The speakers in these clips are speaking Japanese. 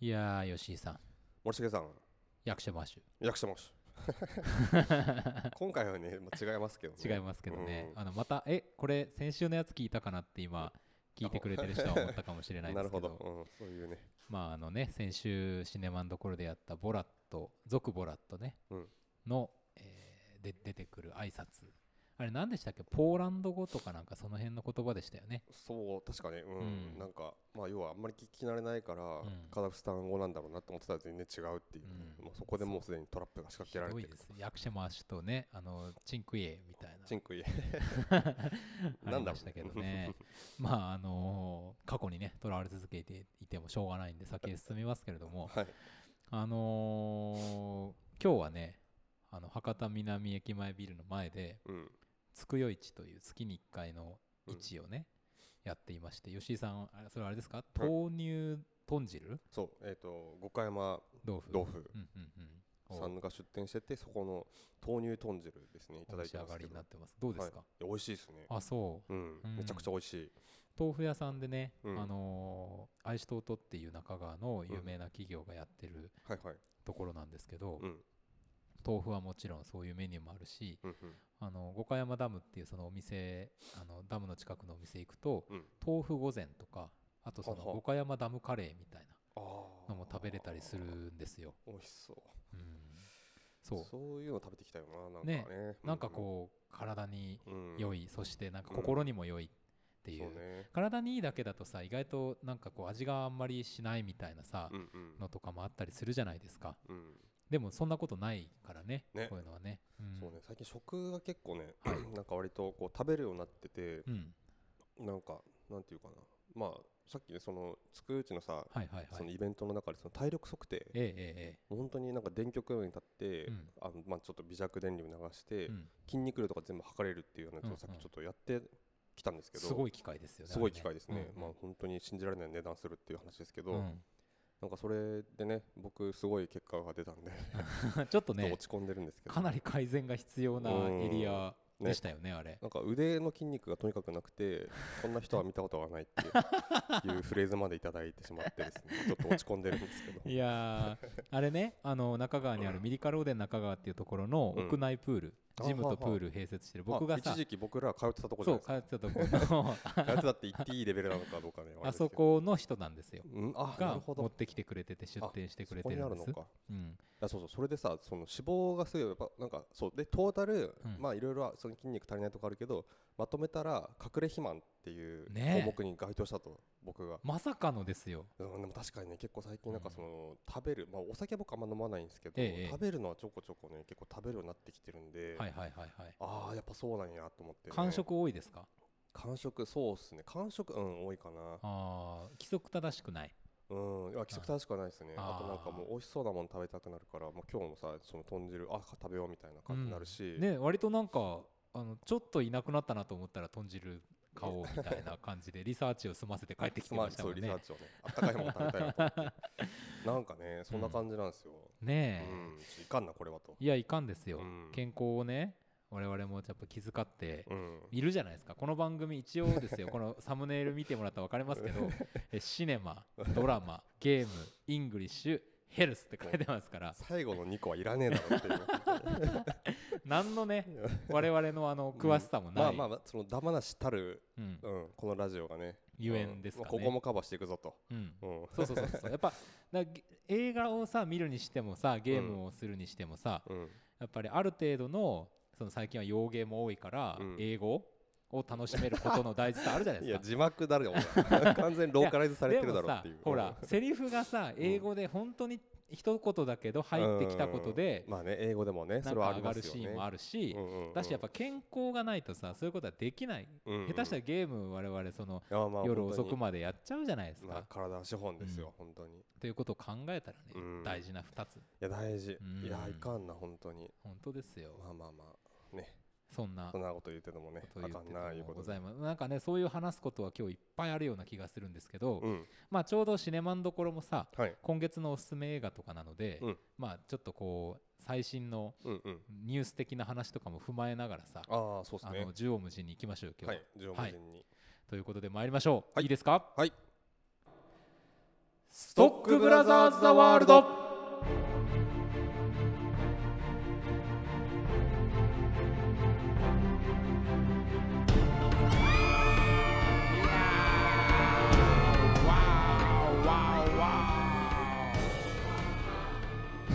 いやー、吉井さん、森重さん役者マッシ役者 もし今回はね、まあ、違いますけど、ね、ュ、違いますけどね、うんあのまた、え、これ、先週のやつ聞いたかなって今、聞いてくれてる人は思ったかもしれないで なすけるほど、ど、うん、そういうねまあ、あのね、先週、シネマンどころでやったボラット、続ボラットね、うんの、えーで出てくる挨拶あれ、何でしたっけ、ポーランド語とかなんか、その辺の言葉でしたよね。そう確かね、うんうんなんかまあ要はあんまり聞き慣れないから、んカザフスタン語なんだろうなと思ってたら全然違うっていう、うんまあ、そこでもうすでにトラップが仕掛ひけられどいてるです役者マッシュとね、あのチンクイエみたいな。チン クイエありましたけどね。 まあ、あのー過去にね、とらわれ続けていてもしょうがないんで、先へ進みますけれども、はいあのー今日はね、あの博多南駅前ビルの前で、 うんつくよ市という月に1回の市をね、やっていまして、吉井さん、あそれあれですか、うん豆乳豚汁そうえっ、と五箇山豆腐豆腐うんうんうん。さんが出店しててそこの豆乳豚汁ですねいたおだ召いして上ますがけりにどなってます。どうですか、はいいや美味しいですねあ、そう。うんうんめちゃくちゃ美味しい豆腐屋さんでね、うんあのー、愛しとうとっていう中川の有名な企業がやってるはいはいところなんですけど、うん豆腐はもちろんそういうメニューもあるしうんうんあの五箇山ダムっていうそのお店あのダムの近くのお店行くとうん豆腐御膳とかあとそのはは五箇山ダムカレーみたいなああのも食べれたりするんですよ。美味しそううん、そうそういうの食べてきたよななんかねねなんかこう体にうん良いっい、そしてなんかうん心にも良いってていう、ね体にいいだけだとさ意外となんかこう味があんまりしないみたいなさ、うんうんのとかもあったりするじゃないですかうんでもそんなことないからねねこういうのはね、うん、そうね最近食が結構ね はいなんか割とこう食べるようになっててうんなんかなんていうかなまあさっきねそのつくうちのさはいはいはそのいイベントの中でその体力測定えええ本当になんか電極のように立って、うんあのまあ、ちょっと微弱電流流しえええて、うん筋肉量とか全部測れるっていうようなやつうんうをんさっきちょっとやってきたんですけど、すごい機会ですよねすごい機会ですね、うんまあ、本当に信じられない値段するっていう話ですけど、うんなんかそれでね僕すごい結果が出たんで、うん ちょっとちょっとね落ち込んでるんですけどかなり改善が必要なエリアうんねでしたよねあれなんか腕の筋肉がとにかくなくてこんな人は見たことがな いっていうフレーズまでいただいてしまってですねちょっと落ち込んでるんですけど いやーあれねあの中川にあるミリカローデン中川っていうところのうん屋内プール、あジムはとあプはあール併設してる僕があさ一時期僕ら通ってたとこじゃそなういです通ってたとこのか通ってたって言っていいレベルなのかどうかねれであすけそどこの人なんですようん、あながるほど持ってきてくれてて出店してくれてるんですそこにあるのかうん、あそうそうそれでさその脂肪がすごいやっぱなんかそうでトータル、うんまあいろいろその筋肉足りないとこあるけどまとめたら隠れ肥満っていうねえ項目に該当したと僕が、まさかのですようん、でも確かにね結構最近なんかその、食べるまあお酒は僕あんま飲まないんですけど、ええええ食べるのはちょこちょこね結構食べるようになってきてるんで、はいはいはいはい。ああやっぱそうなんやと思って、ね、感触多いですか感触そうっすね感触うん多いかなああ、規則正しくない。うん、いや規則正しくはないですねあーあとなんかもう美味しそうなもの食べたくなるから、まあ、今日もさその豚汁あ食べようみたいな感じになるし、ね、割となんか、あの、ちょっといなくなったなと思ったら、豚汁買おうみたいな感じで、リサーチを済ませて帰ってきてまあましたもんそうリサねー。チをねあったかいもの食べたいなと思って なんかねそんな感じなんですよ、うんねちょっといかんなこれはとえ。いや、いかんですようん。健康をね、我々もやっぱ気遣って。うんいるじゃないですかこの番組一応ですよ このサムネイル見てもらったら分かりますけどえシネマドラマゲームイングリッシュヘルスって書いてますから最後の2個はいらねえだろっ ていう何のね我々のあの詳しさもまなあい、まあそのダマなしたる、うんうん、このラジオがねゆえんですかねうまあここもカバーしていくぞと、うん、うん、そうそうそうそうやっぱだげ映画をさ見るにしてもさゲームをするにしてもさ、うん、やっぱりある程度のその最近は洋芸も多いから、うん英語を楽しめることの大事さあるじゃないいですやか。字幕だろお 前完全にローカライズされてるだろうっていうでもさほらセリフがさ英語で本当に一言だけどうん入ってきたことでうん、まあね英語でもねなそんれはかあ上りがまるすよシねーンもあるし、うんうんうんだしやっぱ健康がないとさそういうことはできない、うんうん下手したらゲーム我々そのいやまあ夜遅本当くにまでやっちゃうじゃないですか、まあ、体は資本ですよ、本当にいということを考えたらね、うん大事な2つや大事、うんいやいかんな本当に本当ですよまあまあまあねそんなそこんなこと言っててもねとをあ言かっんてなたいのうもこごとざでいますなんかねそういう話すことは今日いっぱいあるような気がするんですけど、うんまあちょうどシネマンどころもさはい今月のおすすめ映画とかなので、うんまあちょっとこう最新のうんうんニュース的な話とかも踏まえながらさああそうですあねの縦横無尽に行きましょう今は日、い常務陣にということで参りましょう、はいいいですかはいストックブラザーズ・ザ・ワールド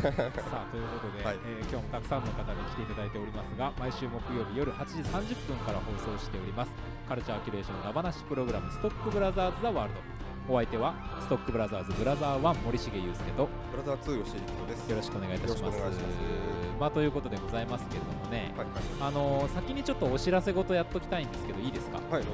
さあということで、はいえー今日もたくさんの方に来ていただいておりますが毎週木曜日夜8時30分から放送しておりますカルチャーキュレーションなばなしプログラム「ストックブラザーズ・ザ・ワールド」お相手はストックブラザーズブラザー1森重裕介とブラザー2吉井人ですよろしくお願いいたしよまろすくお願いしまあということでございますけれどもねますはいはいあのー先にちょっとお知らせごとやっときたいんですけどいいですかはいどうぞ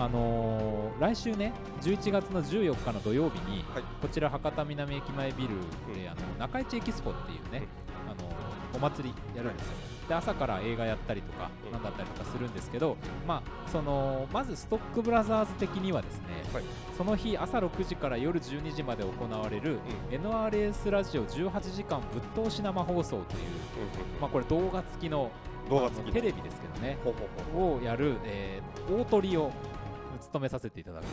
あのー来週ね11月の14日の土曜日に、はいこちら博多南駅前ビルで、うんあの中市エキスポっていうね、あのーお祭りやるんですよ、で朝から映画やったりとか、うんなんだったりとかするんですけど、まあ、そのまずストックブラザーズ的にはですね、はいその日朝6時から夜12時まで行われる、NRS ラジオ18時間ぶっ通し生放送という、まあ、これ動画付きの動画付あのきテレビですけどねほうほうほをやる、えー大トリを務めさせていただくう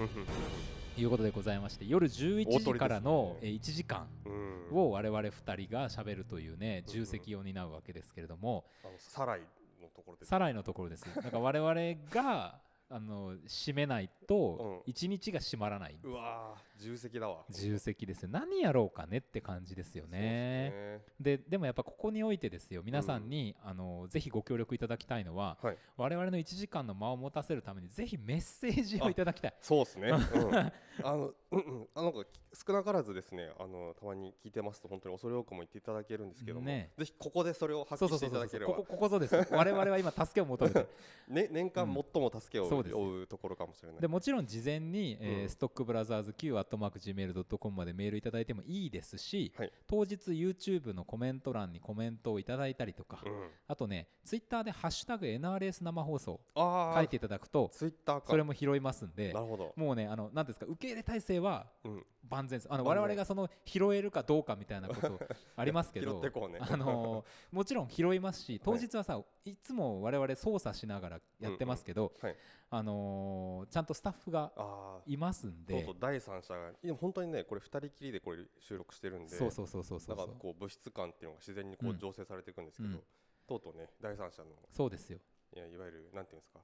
うんうんということでございまして夜11大トリです時ねからの、えー1時間うんを我々2人がしゃべるというねうん重責を担うわけですけれどもあのサライのところですさらにのところですなんか我々が あの締めないとう1日が締まらないうわー重責だわ重責ですよ何やろうかねって感じですよね。ででもやっぱここにおいてですよ皆さんに、あのぜひご協力いただきたいのは、はい我々の1時間の間を持たせるためにぜひメッセージをいただきたいそう ですねそうっすね、うん、あの、うんうん、あのなんか少なからずですねあのたまに聞いてますと本当に恐れ多くも言っていただけるんですけども、ねぜひここでそれを発そう揮そうしてそいうそうただければここここぞですよ我々は今助けを求めて るね、年間うん最も助けをそうです負うところかもしれない、でもちろん事前に、えーうんストックブラザーズ Q アットマーク Gmail.com までメールいただいてもいいですし、はい当日 YouTube のコメント欄にコメントをいただいたりとか、うん、あとね Twitter で「ハッシュタグ #NRS 生放送」ああ書いていただくとツイッターかそれも拾いますんでなるほど、もうねあのなんていうんですか受け入れ体制はうん、万全ですあの万我全々がその拾えるかどうかみたいなことありますけ 拾っどてこうね あのーもちろん拾いますし当日はさいつも我々操作しながらやってますけどうんはいあのーちゃんとスタッフが ああいますんとうでとう第三者がいや本当にねこれ二人きりでこれ収録してるんでそうそうそうそうそうだかそらうこう物質感っていうのが自然にこうんう醸成されていくんですけど、うんとうとうね第三者のそうですよいやいわゆるなんていうんですか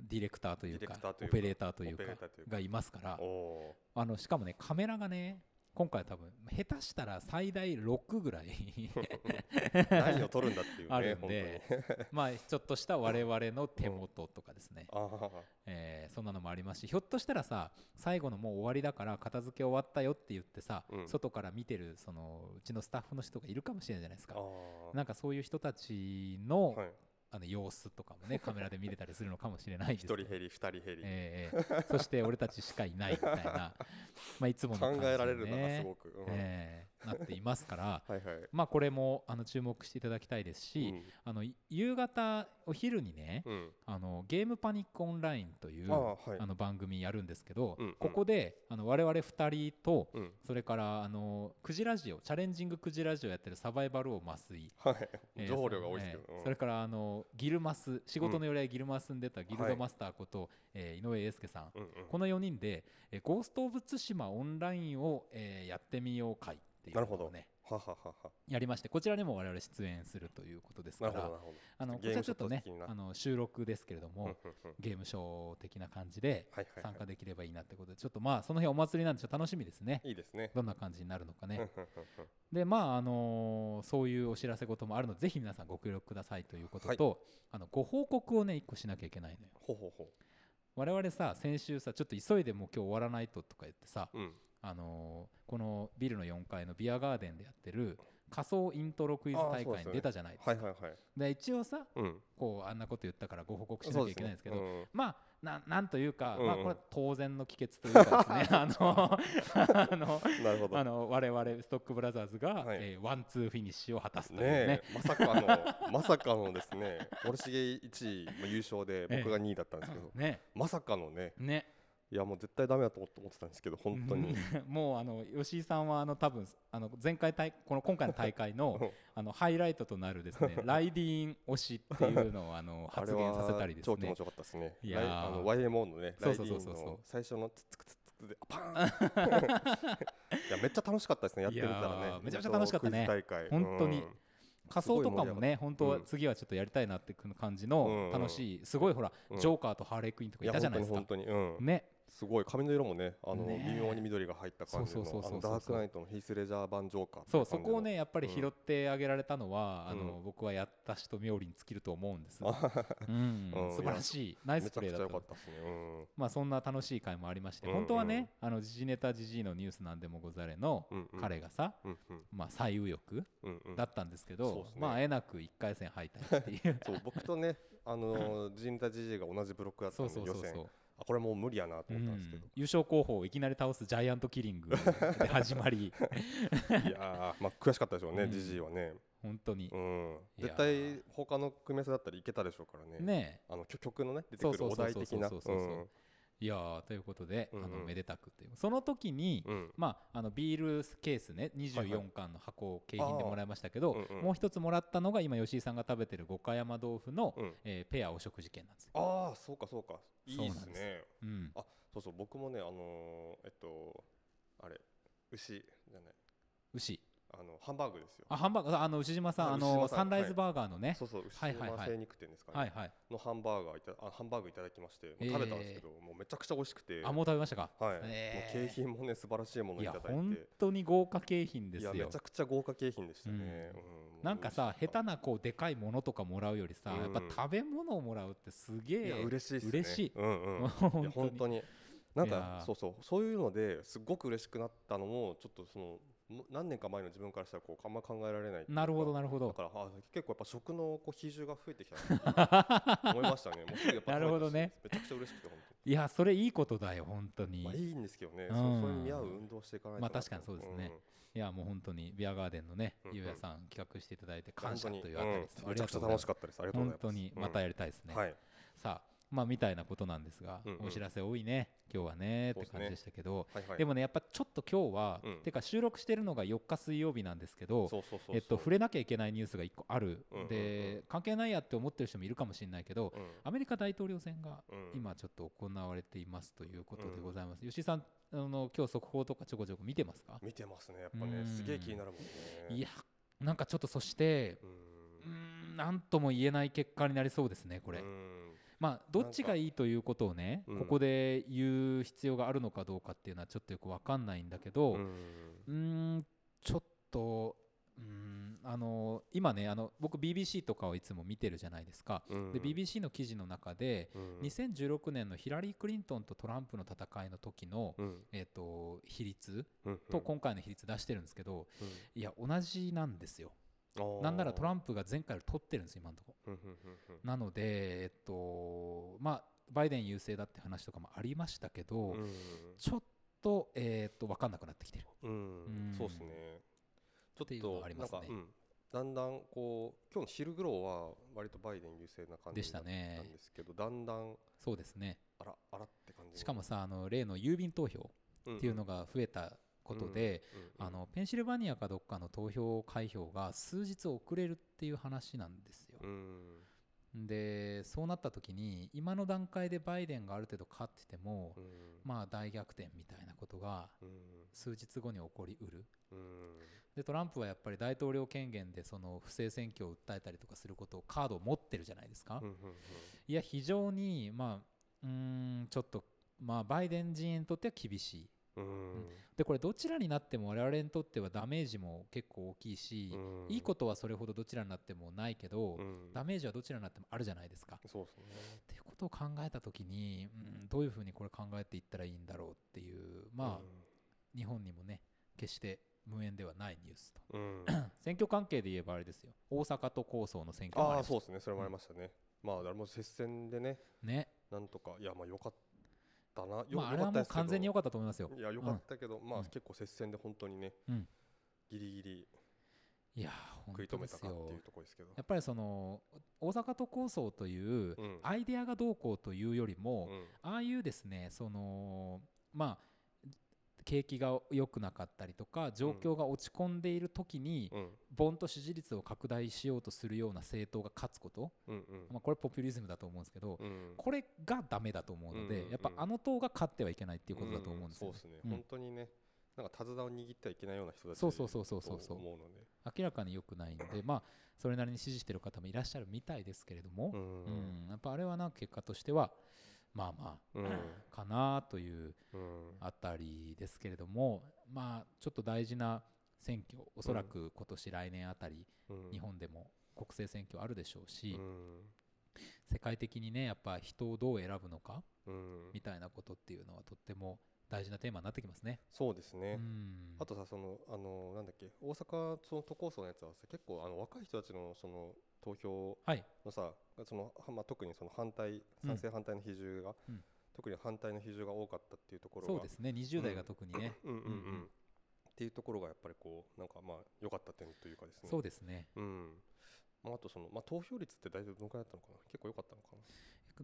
ディレクターというディレかクターとオいうかペレーターというかオペレーターというかがいますからおおあのしかもねカメラがね今回多分下手したら最大6ぐら い ー何を撮るんだっていうあねるん本当にでまあちょっとした我々の手元とかですねあーえー そんなのもありますしひょっとしたらさ最後のもう終わりだから片付け終わったよって言ってさ、うん外から見てるそのうちのスタッフの人がいるかもしれないじゃないですあかーなんかそういう人たちの,、はいあの様子とかもねカメラで見れたりするのかもしれないです一けど人減り二人減り、えーえーそして俺たちしかいないみたい なまあいつもの感考じ、ね、えられるなすごく、うんえーなっていますからはいはい、まあこれもあの注目していただきたいですし、あのい夕方お昼にね、うんうんあのゲームパニックオンラインというあーはいあの番組やるんですけど、うんうんここであの我々2人と、うんそれからあのクジラジオチャレンジングクジラジオやってるサバイバルを麻酔はい、えー情量が多いですけそど、うねうんそれからあのギルマス仕事のよりはギルマスに出たギルドマスターこと、えー井上英介さん、うんうんこの4人で、えーゴースト・オブ・ツシマオンラインを、えーやってみよう会っていうなるのほどをねははははやりましてこちらにも我々出演するということですなかるほどらなるほどあのちょっとこゲちらちょっとねームショット的なあの収録ですけれども、うんうんうんゲームショー的な感じではいはいは参い加できればいいなってことでちょっとまあその日お祭りなんでちょっと楽しみですねいいですねどんな感じになるのかうんねうんうんうんでまああのーそういうお知らせ事もあるのでぜひ皆さんご協力くださいということと、あのご報告をね一個しなきゃいけないのよほうほうほ我々さ先週さちょっと急いでもう今日終わらないととか言ってさ、ううんあのーこのビルの4階のビアガーデンでやってる仮想イントロクイズ大あーそう会ですよにね出たじゃないですかはいはいはいで一応さうんこうあんなこと言ったからご報告しなきそゃういけないんですけどねうんまあななんというか、うんうんまあ、これは当然の帰結という かですねあのあのなるほどあの我々ストックブラザーズが、はいえーワンツーフィニッシュを果たすというねねえまさかの まさかのですね森重1位まあ優勝で僕が2位だったんですけど、ねまさかのねねいやもう絶対ダメだと思って思ってたんですけど本当に もうあの吉井さんはあの多分あの前回大この今回の大会のあのハイライトとなるです ねライディーン推しっていうのをあのあれ発言させたはりです超気ね持ちよかったですねいやーライあの YMO のねそラうイそデうィそうそーンうそうの最初のツッツクツッツであパーンいやめっちゃ楽しかったですねやってみたいやらーねめちゃめちゃ楽しかったね本当クイズ大会本当にうん仮装とかもね本当はうん次はちょっとやりたいなっていう感じうんのうん楽しいすごいほらうんジョーカーとハーレークイーンとかいいやたじゃ本な当いにですか本当にうんねすごい髪の色もねあのねえ微妙に緑が入った感じそうそうそうのそうあのダークナイトのヒースレジャー版ジョーカーってそう感そじのこをねやっぱり拾ってあげられたのはあうのん僕はやった人妙利に尽きると思うんですあははうん うん素晴らしいナイめスちプゃくレーちゃだった良かったですねうんまあそんな楽しい回もありましてうん本当はねあの時事ネタ時事のニュースなんでもござれのうんうん彼がさうんうんまあ最右翼うんうんだったんですけそうどっすねまああえなく1回戦敗退 っていうそう僕とねあのージンタジジイが同じブロックだったそんうでそう予そうそ選うあこれもう無理やなとう思ったんですけんど、優勝候補をいきなり倒すジャイアントキリングで始ま りいやーまあ悔しかったでしょううねんジジイはね本当にうんいや絶ー対他の組み合わせだったらいけたでしょうからねねあの曲曲のね出てくるそうそおうそう題そう的なそううんそうそういやーということであうんうんのめでたくというその時にうんまああのビールケースねはいはい24缶の箱を景品でもらいましたけどあーうんうんもう一つもらったのが今吉井さんが食べてる五箇山豆腐のうんえーペアお食事券なんですよ。ああそうかそうかいそういなっんですすねうんあそうそう僕もねあのーえっとあれ牛じゃない牛あのハンバーグですよあハンバーガーあの牛島さんああ牛の島さんサンライズバーガーのねそうそう牛はいはいはいの精肉店ですかね、はいはいのハンバーガーいたあハンバーグいただきましてもうえー食べたんですけど、もうめちゃくちゃ美味しくてあもう食べましたかはい、えーもう景品もね素晴らしいものをいいやただいて本当に豪華景品でいすやめよちゃくちゃ豪華景品でしたね、ううんもうなんかさ下美味しか手なこうでかいものとかもらうよりさ、うんやっぱ食べ物をもらうってすげったいえや嬉しいですね嬉しいうんうんもうい 本や本当当にになんいやかーそうそうそういうのですごく嬉しくなったのもちょっとそのも何年か前の自分からしたらこうあんま考えられないっていうかなるほどなるほだどからあ結構やっぱ食のこう比重が増えてきたな って思いましたねもうすぐやっぱなるほどね食べたしめちゃくちゃ嬉しくて本いやそれいいことだよ本当当に、まあいいいんですけどね、うんそうそれに見合う運動をしていかないとなとまあ確かにそうですねやもう本当にビアガーデンのね、うんうんゆうやさん企画していただいて感謝と本当いうにあたりです、うんめちゃくちゃ楽しかったですありがとうござ本います当にまたやりたいですね、はいさあまあみたいなことなんですが、うんうんお知らせ多いね今日はねっそてうですね感じでしたけどはいはいでもねやっぱちょっと今日は、うんてか収録してるのが4日水曜日なんですけどそうそうそうそうえっと、触れなきゃいけないニュースが1個ある、うんうんうんで関係ないやって思ってる人もいるかもしれないけど、うんアメリカ大統領選がうん今ちょっと行われていますということでございます、吉井さんあの今日速報とかちょこちょこ見てますか、見てますねやっぱうねんすげえ気になるもんねいやなんかちょっとそしてううーんんなんとも言えない結果になりそうですねこれ、うんまあどっちがいいということをね、うんここで言う必要があるのかどうかっていうのはちょっとよくわかんないんだけど、うんうーんちょっとうーんあの今ねあの僕 BBC とかをいつも見てるじゃないですか、うんで BBC の記事の中で、うん2016年のヒラリー・クリントンとトランプの戦いの時の、うんえー、と比率うんと今回の比率出してるんですけど、いや同じなんですよなんならトランンプが前回より取ってるんです今のとこプうんうんうんうんなのでえっ、とまあバイデン優勢だって話とかもありましたけど、ちょっとえっ、と分かんなくなってきてるうん、うんそうですね。ちょていっうのとはありまなんすねか、うん、だんだんこう今日の昼頃は割とバイデン優勢な感でじしたねだったんですけど、だんだんそうですねあらあらって感じに。しかもさあの例の郵便投票うんっていうのが増えたことで、、うんうんあ、のペンシルバニアかどっかの投票開票が数日遅れるっていう話なんですよう。んでそうなった時に今の段階でバイデンがある程度勝ってても、うんまあ大逆転みたいなことがうん数日後に起こりうる。うんでトランプはやっぱり大統領権限でその不正選挙を訴えたりとかすることをカードを持ってるじゃないですか。うんうんいや非常にまあうーんちょっとまあバイデン陣営にとっては厳しい。うんでこれどちらになっても我々にとってはダメージも結構大きいし、うんいいことはそれほどどちらになってもないけど、うんダメージはどちらになってもあるじゃないですか。っそうですね。ていうことを考えた時に、うん、どういうふうにこれ考えていったらいいんだろうっていうまあ、日本にもね決して無縁ではないニュースとあ、 うん、選挙関係で言えばあれですよ大阪と高層の選挙もありああましたそうですね。それもありましたね。まあ誰も接戦でね、ね、なんとかいやまあ良かったな。よまあ、あれはもう完全に良良かかったと思いますよったですけど。いや良かったけど、まうあん結構接戦で本当にね、うんギリギリいやー食本い当で止めたすかってよいうところですけど。やっぱりその大阪都構想といううんアイデアがどうこうというよりも、うんああいうですねそのまあ景気が良くなかったりとか状況が落ち込んでいる時にうんボンと支持率を拡大しようとするような政党が勝つこと、うんうんまあ、これポピュリズムだと思うんですけどうんこれがダメだと思うのうんうんうでんやっぱあの党が勝ってはいけないっていうことだと思うんですよそうですね、うん本当にねなんか手綱を握ってはいけないような人たちそうそうそうそうそうとそう思うので明らかに良くないのでまあそれなりに支持してる方もいらっしゃるみたいですけれども、んうん、やっぱあれはな結果としてはまあま うんあかなといううんあたりですけれどもまあちょっと大事な選挙おそらく今年来年あたりうん日本でも国政選挙あるでしょううしん世界的にねやっぱ人をどう選ぶのかうんみたいなことっていうのはとっても大事なテーマになってきますね。そうですね、うんあとさそのあのなんだっけ大阪その都構想のやつはさ結構あの若い人たちのその投票はいのさそのはまあ特にその反対賛成反対の比重が、うん特に反対の比重が多かったっていうところがそうですね20代が特にね、うんうんうん、うんうんっていうところがやっぱりこうなんかまあ良かった点というかですねそうですねうんまあ、あとその、まあ、投票率って大体どのくらいだったのかな結構良かったのかな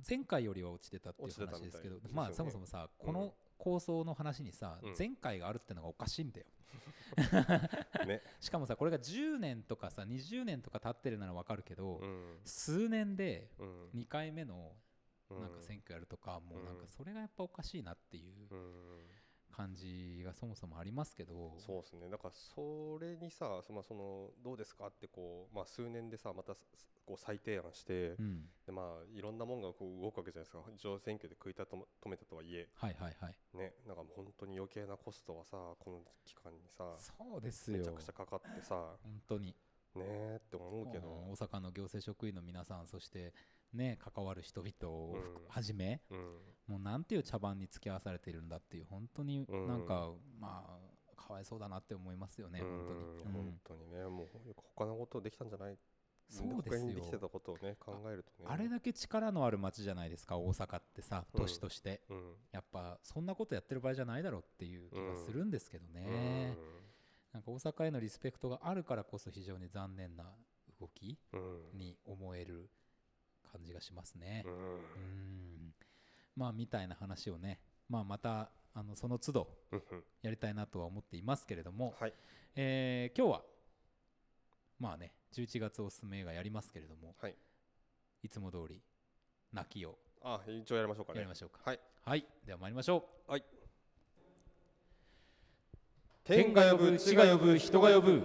前回よりは落ちてたっていう落ちてた話みたいですけどですよねまあそもそもさうんこの構想の話にさうん前回があるってのがおかしいんだよ ね、しかもさこれが10年とかさ20年とか経ってるならわかるけどうん数年でうん2回目のうなんか選挙やるとかもうなんうかんそれがやっぱおかしいなっていううん感じがそもそもありますけどそうですねだからそれにさそ,、まあ、そのどうですかってこう、まあ、数年でさまたすこう再提案して、うんでまあ、いろんなもんがこう動くわけじゃないですか上選挙で食いたとも止めたとはいえ、はいはいはいね、なんかもう本当に余計なコストはさこの期間にさそうですめちゃよくちゃかかってさ本当にねえって思うけど、うん大阪の行政職員の皆さんそしてね関わる人々を含うんはじめうんもうなんていう茶番に付き合わされているんだっていう本当にうんなんか、まあかわいそうだなって思いますよね、本当に、うんうん本当にねもうよく他のことできたんじゃないそうで他すよにできてたことをね考えるとねあれだけ力のある街じゃないですか大阪ってさうん都市として、うんやっぱそんなことやってる場合じゃないだろうっていう気がするんですけどね、なんか大阪へのリスペクトがあるからこそ非常に残念な動きうんうんに思える感じがしますね、うんうーんまあみたいな話をね、まあ、またあのその都度うんうんやりたいなとは思っていますけれども、はいえー今日はまあね11月おすすめ映画やりますけれどもはいいつも通り泣きをあ一応やりましょうかねやりましょうかはいはいでは参りましょうはい天が呼ぶ地が呼ぶ人が呼ぶ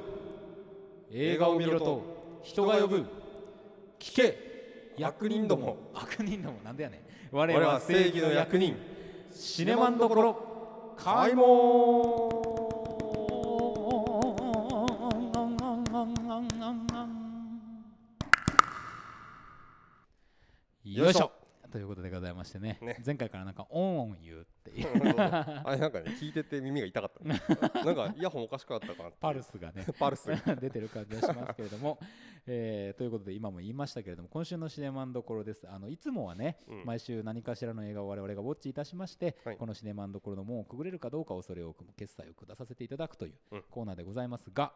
映画を見ろと人が呼ぶ聞け役人ども悪人どもなんだよね我々我々はは正正義義のの役役人人シネマンどころ開開門門よいしょということでございましてねね前回からなんかオンオン言うっていう あれなんかね聞いてて耳が痛 かったなんかイヤホンおかしくなったかなっていうパルスがねパルス 出てる感じがしますけれども、えーということで今も言いましたけれども今週のシネマンどころですあのいつもはね、うん毎週何かしらの映画を我々がウォッチいたしまして、はいこのシネマンどころの門をくぐれるかどうかをそれを決済を下させていただくといううんコーナーでございますが、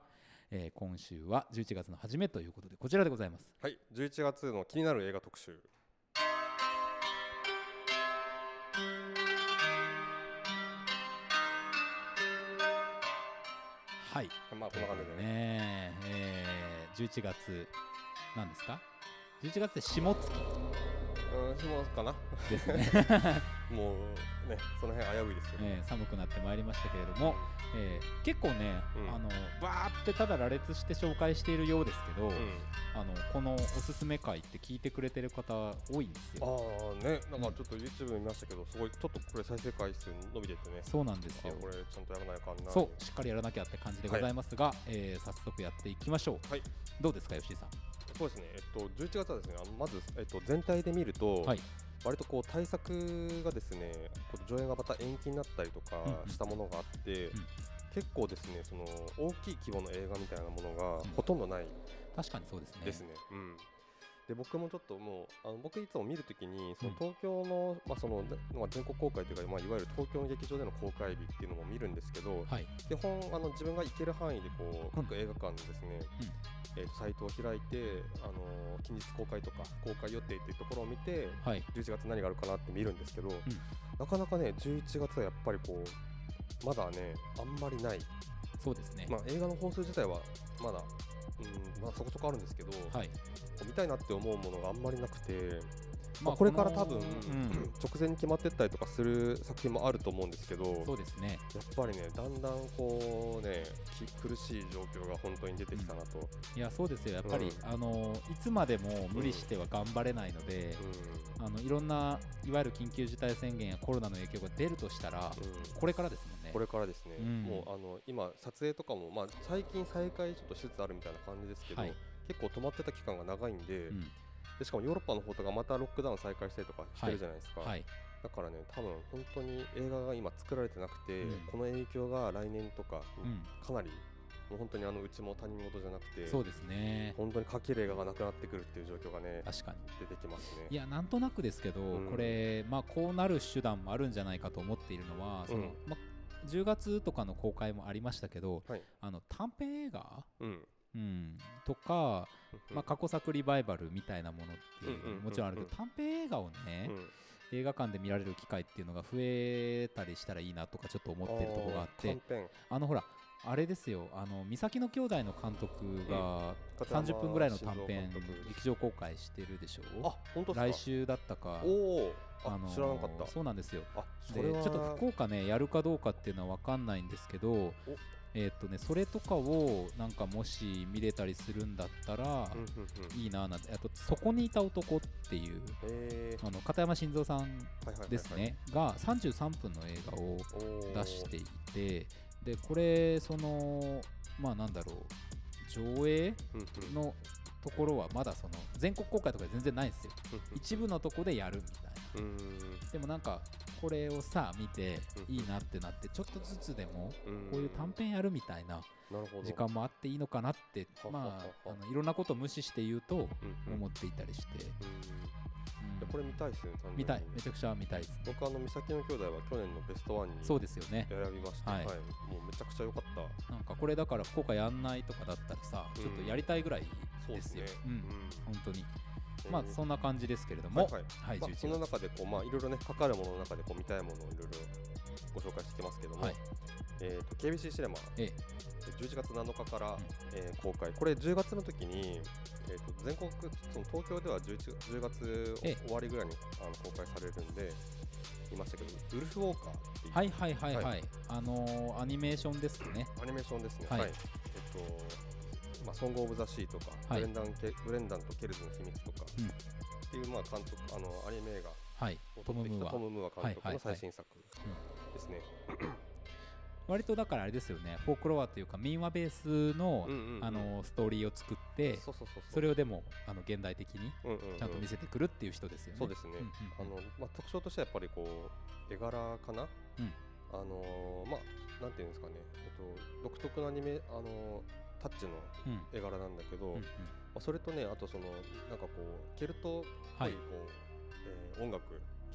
えー今週は11月の初めということでこちらでございますはい11月の気になる映画特集はいまあこんな感じでねねええー11月なんですか11月って下月うん紐かなです ね、もうねその辺危ういですけどえー寒くなってまいりましたけれども、えー結構ね、うんあのバーってただ羅列して紹介しているようですけど、うんあのこのおすすめ会って聞いてくれてる方多いんですあよあねなんかちょっと YouTube 見ましたけどすごいちょっとこれ再生回数伸びててねそうなんですあよこれちゃんとやらないかんなそうしっかりやらなきゃって感じでございますが、えー早速やっていきましょう、はいどうですか吉井さんそうですね、えっと、11月はですね、あのまず、えっと、全体で見ると、はい割とこう対策がですね、こう上映がまた延期になったりとかうんうんしたものがあって、ん結構ですね、その大きい規模の映画みたいなものがうんほとんどない確かにそうですねですね。うんで僕もちょっともうあの僕いつも見るときにそのうん東京の,、まあそのまあ、全国公開というか、まあ、いわゆる東京の劇場での公開日っていうのも見るんですけど、はい基本あの自分が行ける範囲でこううん各映画館でですね、えーとサイトを開いて、あのー近日公開とか公開予定っていうところを見てはい11月何があるかなって見るんですけど、なかなかね11月はやっぱりこうまだねあんまりない、そうですね、まあ、映画の本数自体はまだ、うんまあ、そこそこあるんですけど、はい見たいなって思うものがあんまりなくて、ままああ、これからこの多分、うん 直前に決まってったりとかする作品もあると思うんですけどそうですねやっぱりねだんだんこうねき苦しい状況が本当に出てきたなと、いやそうですよやっぱり、うんあのいつまでも無理しては頑張れないので、うあのいろんないわゆる緊急事態宣言やコロナの影響が出るとしたら、んうんこれからですもんねこれからですね、うんもうあの今、撮影とかも、まあ、最近再開ちょっとしつつあるみたいな感じですけど、はい結構止まってた期間が長いんで,、うんで、しかもヨーロッパの方とかまたロックダウン再開したりとかしてるじゃないですか、はいだからね、多分本当に映画が今作られてなくて、うんこの影響が来年とか、うんかなり、もう本当にあのうちも他人事じゃなくて、そうですね本当にかける映画がなくなってくるっていう状況がね、確かに出てきますね。いやなんとなくですけど、うんこれ、まあ、こうなる手段もあるんじゃないかと思っているのはその、うんまあ、10月とかの公開もありましたけど、はいあの短編映画、うんうん、とか、まあ、過去作リバイバルみたいなものっていううんうんのうんももちろんあるけど、うん短編映画をね、うん映画館で見られる機会っていうのが増えたりしたらいいなとかちょっと思ってるところがあって短編あのほらあれですよあの三崎の兄弟の監督が片山30分ぐらいの短編晋三監督劇場公開してるでしょあ本当ですか来週だったかおお、あのー知らなかった。そうなんですよあ、でそちれょはっと福岡ねやるかどうかっていうのは分かんないんですけどえーっとねそれとかをなんかもし見れたりするんだったらうんうんうん。いいなあなんてあと「そこにいた男」っていうえーあの片山晋三さんはいはいはいはいです。ねが33分の映画をおー出していてでこれそのまあなんだろう上映うんうんのところはまだその全国公開とか全然ないんですよ一部のとこでやるみたいなうんうんでもなんかこれをさ見てうんいいなってなってちょっとずつでもうんこういう短編やるみたいななるほど時間もあっていいのかなってはははまあはあのいろんなことを無視して言うとうんうん思っていたりして、ううんんいやこれ見たいですね。単純に見たいめちゃくちゃ見たいです僕あの三崎の兄弟は去年のベストワンにそうですよね選びまして、ははいい。もうめちゃくちゃ良かった。なんかこれだから福岡やんないとかだったらさうんちょっとやりたいぐらいそでうですすよね。うん本当にまあそのんな感じですけれどもはいはいはいまあ、その11月中でこう、まあ、いろいろね、かかるものの中でこう見たいものをいろいろご紹介してきますけども、はいえー、と KBC シネマ、えええー11月7日から、んえー公開、これ10月の時に、えー、と全国、その東京では 11, 10月ええ終わりぐらいにあの公開されるんで、言いましたけど、ウルフウォーカーっていうはいはいはいはい、はあのーアニメーションですねアニメーションですね、ははいいえっとまあ、ソング・オブ・ザ・シーとか、はいブレンダンケブレンダンとケルズの秘密とか、うんっていう、まあ、監督あのアニメ映画はいをト撮ム・ってムきーたアトム・ムーア監督はいはいはのい最新作ですね。割とだからあれですよねフォークロアというか民話ベースの,、うんうんうんあのストーリーを作ってそうそうそうそうそれをでもあの現代的にうんうんうんちゃんと見せてくるっていう人ですよね。そうですね、うんうんあのまあ、特徴としてはやっぱりこう絵柄かな、うんあのーまあなんていうんですかね、えっと、独特なアニメ、あのータッチのうん絵柄なんだけど、うんうんまあ、それとねあとそのなんかこうケルトっぽはいいこう、えー音楽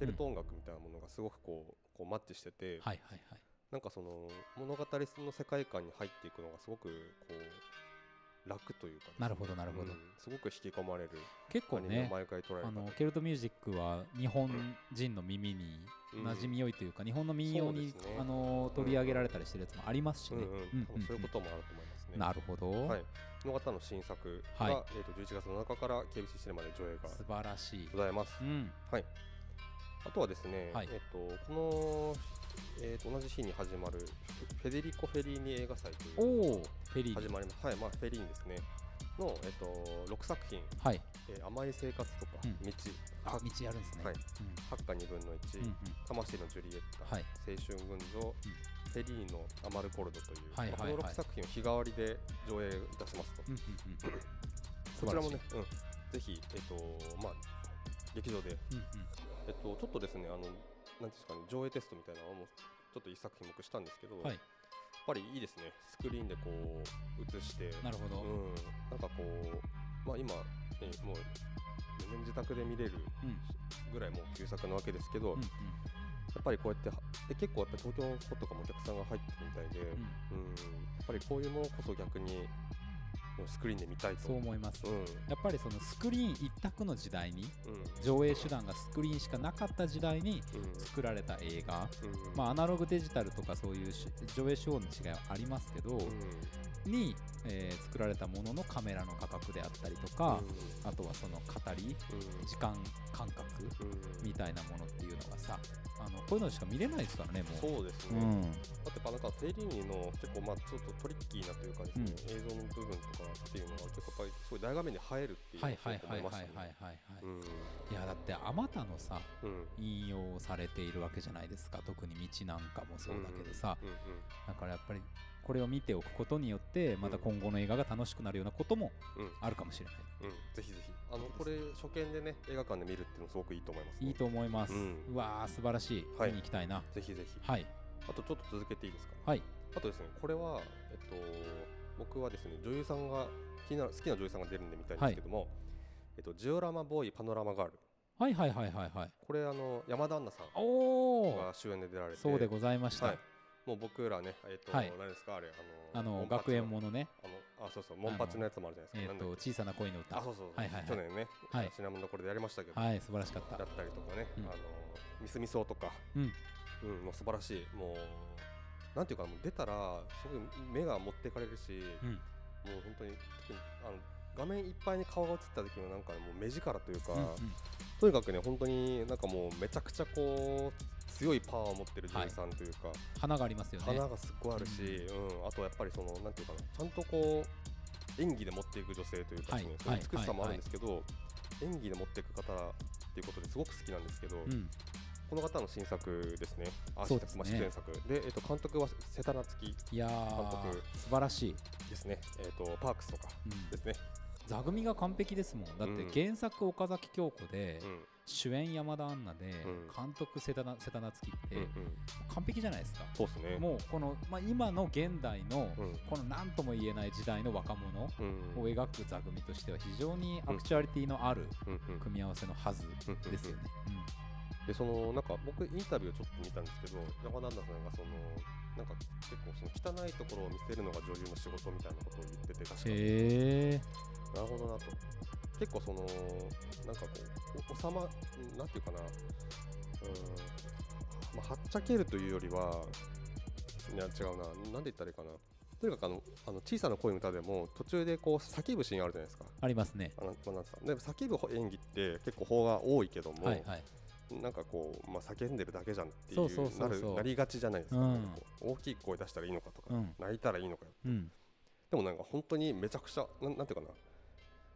ケルト音楽みたいなものがすごくこうこうマッチしてて、はいはいはいなんかその物語の世界観に入っていくのがすごくこう楽というかですね、なるほどなるほどうんすごく引き込まれる結ア構ニメをね毎回捉えるあ方のケルトミュージックは日本人の耳に馴染み良いというか、日本の民謡に、そうですねあの取り上げられたりしてるやつもありますしうんうね。ん多分そういうこともあると思いますね。なるほど、はい、この方の新作が、はいえー、と11月7日から KBC シネマで上映が素晴らしいご。ざいますう。んはい、あとはですね、はいえー、とこの、えー、と同じ日に始まるフェデリコ・フェリーニ映画祭とおいうおフェリー始に。まります、はいまあ、フェリーニですねの、えー、と6作品、はい。えー甘い生活」とか「う道ん」あは道やるんですね。はいうん八家二分の一、うんうん魂のジュリエッタ」はい青春群像」フェリーのアマルコルドという、はいはいはいまあこの6作品を日替わりで上映いたしますと、うんうんうん素晴こちららしもいね、うん、ぜひ、えっとまあ、劇場で、うんうんえっと、ちょっとですね、あのなんていうんですかね、上映テストみたいなのもちょっと一作品僕したんですけど、はいやっぱりいいですね、スクリーンでこう映して、なるほど、うん、なんかこう、まあ、今、ね、もう全然自宅で見れるうんぐらいもう旧作なわけですけど、うんうんやっぱりこうやってはで、結構やっぱ東京の方とかもお客さんが入ってるみたいで、うんうん、やっぱりこういうものこそ逆にもうスクリーンで見たいとそう思いますうんやっぱりそのスクリーン一択の時代にうん上映手段がスクリーンしかなかった時代にうん作られた映画うんまあアナログデジタルとかそういうし上映手法の違いはありますけどに、えー作られたもののカメラの価格であったりとかあとはその語りうんうん時間感覚うんみたいなものっていうのがさあのこういうのしか見れないですからねもうそうですね、うんだってやっぱなんかフェリーニの結構まあちょっとトリッキーなというかですね、映像の部分とかっていうのは結構やっぱりすごい大画面で映えるっていうはのいはいはいはいをはい結構思ましたはねいはい、うんいやだってあまたのさうん引用されているわけじゃないですか特に道なんかもそうだけどさ、うんうんだからやっぱりこれを見ておくことによってまた今後の映画が楽しくなるようなこともうんあるかもしれない、うん、ぜひぜひあのこれ初見でね映画館で見るっていうのすごくいいと思います、ね、いいと思います、ううんわー素晴らしい、はい見に行きたいなぜひぜひはいあとちょっと続けていいですかはいあとですねこれはえっと僕はですね女優さんが気になる好きな女優さんが出るんで見たいんですけども、えっとジオラマボーイパノラマガールはいはいはいはいはいこれあの山田杏奈さんおおが主演で出られてそうでございました、はい、もう僕らね、えっと、はい何ですか、あれ、ああの、モのンパチ学園ものねあの、あ、そうそう、モンパチのやつもあるじゃないえですっ、か。となんだっ小さな恋のけ歌あ、そうそう、はいはいはい去年ね、はいシナモンのこれでやりましたけど、はい素晴らしかっだたったりとかね、うんあの、ミスミソとか、うんうん、もう素晴らしい、もう。なんていうか、もう出たら、すごい目が持ってかれるし、うんもう本当に、特にあの。画面いっぱいに顔が映った時のなんかもう目力というか、うんうんとにかくね本当になんかもうめちゃくちゃこう強いパワーを持ってる女優さんというか、花がありますよね花がすっごいあるし、うんあとやっぱりそのなんていうかなちゃんとこう演技で持っていく女性というか、はいそのはい美しさもあるんですけど、演技で持っていく方っていうことですごく好きなんですけど、うんこの方の新作ですねあそう新ですね作、まあ、出演作で、えっと監督は瀬田夏樹いやー監督素晴らしい、ですね、えっとパークスとかうんですね、座組が完璧ですもんだうんって原作岡崎京子で、うん主演山田杏奈で、うん監督瀬田な瀬田夏樹って、うんうん完璧じゃないですか、そうですねもうこの、まあ、今の現代の、うんこの何とも言えない時代の若者をうんうん描く座組としては非常にアクチュアリティのあるうん組み合わせのはずうんですよね、でそのなんか僕インタビューをちょっと見たんですけど中田アンナさんがそのなんか結構その汚いところを見せるのが女優の仕事みたいなことを言ってて確かうん、へにえなるほどなと結構そのなんかこうお収まなんていうかなうーん、まあ、はっちゃけるというよりはいや違うななんで言ったらいいかなとにかくあのあの小さな声の歌でも途中でこう叫ぶシーンあるじゃないですか。ありますねあのまあなんですかで叫ぶ演技って結構法が多いけども、はいはいなんかこう、まあ、叫んでるだけじゃんっていそうそうそううなそうるなりがちじゃないですか、うんなんかこう大きい声出したらいいのかとか、うん泣いたらいいのかようんでもなんか本当にめちゃくちゃなんなんていうかな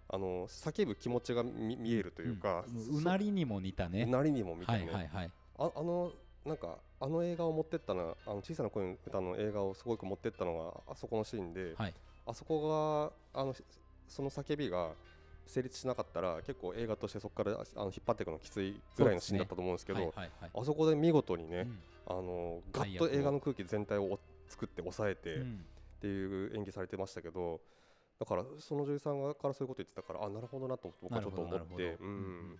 あの叫ぶ気持ちが見見えるというか、うんうなりにも似たそねうなりにもみたはいいな、はいはいああのなんかあの映画を持ってったのあの小さな声の歌の映画をすごく持ってったのがあそこのシーンで、はいあそこがあのその叫びが成立しなかったら結構映画としてそこからあの引っ張っていくのきついぐらいのシーンだったと思うんですけどはいはいはいあそこで見事にね、うんあのガ配ッ役をと映画の空気全体を作って抑えてうっんていう演技されてましたけど、だからその女優さんがからそういうこと言ってたからあなるほどなと僕なはるちょほっどと思なるっほどてううんうんうんん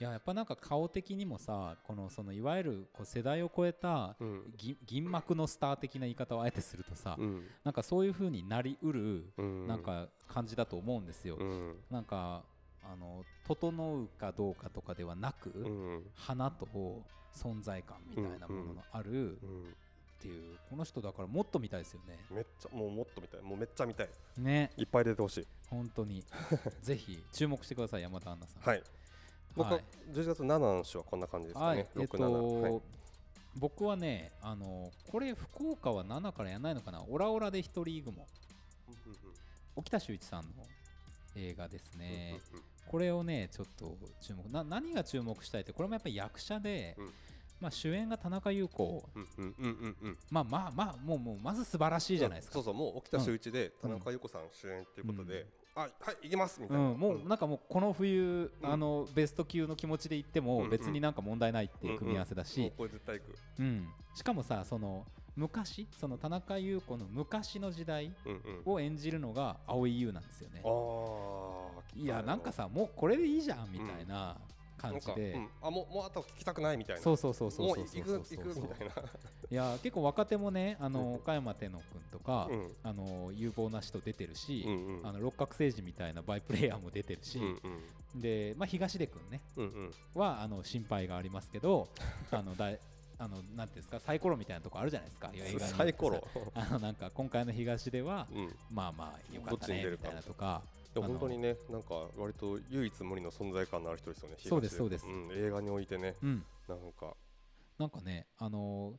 いややっぱなんか顔的にもさこのそのいわゆるこう世代を超えたうんぎ銀幕のスター的な言い方をあえてするとさ、うんなんかそういう風になりうるうんなんか感じだと思うんですよ、うんなんかあの整うかどうかとかではなく、うん花と存在感みたいなもののあるっうんていう、この人だからもっと見たいですよねめっちゃもうもっと見たいもうめっちゃ見たいねいっぱい出てほしい本当 にぜひ注目してください山田杏奈さんはい僕ははい11月7の週はこんな感じですかはいね、えっ67、はいと、僕はね、あのこれ、福岡は7からやらないのかな、オラオラで一人雲、沖田修一さんの映画ですね、これをね、ちょっと注目な、何が注目したいって、これもやっぱり役者で、うんまあ、主演が田中裕子、うんうんうんうんうんうんうんまあまあまあ、もうもうまず素晴らしいじゃないですかそう。そうもう沖田修一で田中裕子さん主演ということで、あはい行きますみたういな、ん、もうなんかもうこの冬、うんあのベスト級の気持ちで言ってうんうもん別になんか問題ないっていう組み合わせだし、もうこれ絶対行くうん、しかもさその昔その田中裕子の昔の時代うんうんを演じるのが蒼井優なんですよねああいやなんかさもうこれでいいじゃんみたいな、な感んじか、で、うん、あもうもうあと聞きたくないみたいなそうそうそうそうもそううそう行そくう行くみたいな、いやー結構若手もねあうんの岡山天野君とか、 うんあの有望な人出てるし、うんうんあの六角星人みたいなバイプレイヤーも出てるし、うんうんで、まあ、東出君ねうんうんはあの心配がありますけ どあのだいあのなんていうんですかサイコロみたいなとこあるじゃないですか映画によってさサイコロ、あのなんか今回の東出は、うん、でまあまあよかったどっちにね出みるかたいなとかもあの本当にねなんか割と唯一無二の存在感のある人ですよねそうです東出そ君うん、映画においてねうんなんか、なんかねあのー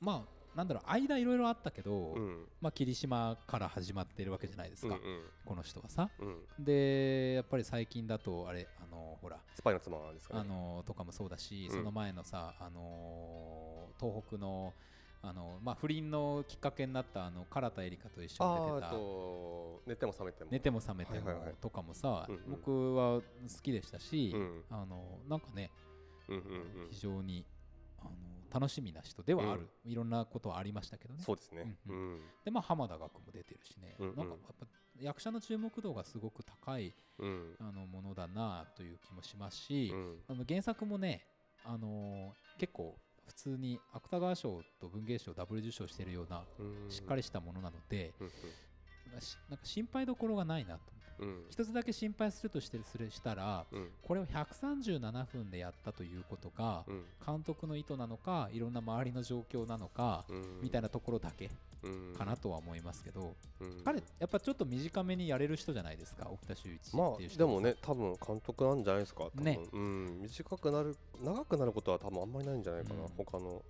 まあなんだろう間いろいろあったけど、うん、うんまあ霧島から始まってるわけじゃないですうんか、この人はさうんでやっぱり最近だとあれあのーほらスパイの妻ですかねあのとかもそうだし、うんその前のさ、あのー東北の、あのまあ、不倫のきっかけになったあの唐田絵里香と一緒にあ出ーてたあと寝ても覚めて「も寝ても覚めてはいはいはもい」とかもさ、うんうん僕は好きでしたし、うんあのなんかね、うんうんうん非常にあの楽しみな人ではある、いろんなことはありましたけどねそうですねううんんで、まあ、浜田岳も出てるしね、うんうんなんかやっぱ役者の注目度がすごく高いうんあのものだなという気もしますし、うんあの原作もね、あのー結構普通に芥川賞と文芸賞をダブル受賞してるようなうんしっかりしたものなので、うんしなんか心配どころがないなと思ってうんうん一つだけ心配するとしてするしたらうんこれを137分でやったということがうん監督の意図なのかいろんな周りの状況なのかうんみたいなところだけうんかなとは思いますけどうん彼やっぱちょっと短めにやれる人じゃないですか沖田修一っていう人まはあでもね多分監督なんじゃないですか多分ねうん短くなる長くなることは多分あんまりないんじゃないかなうん他の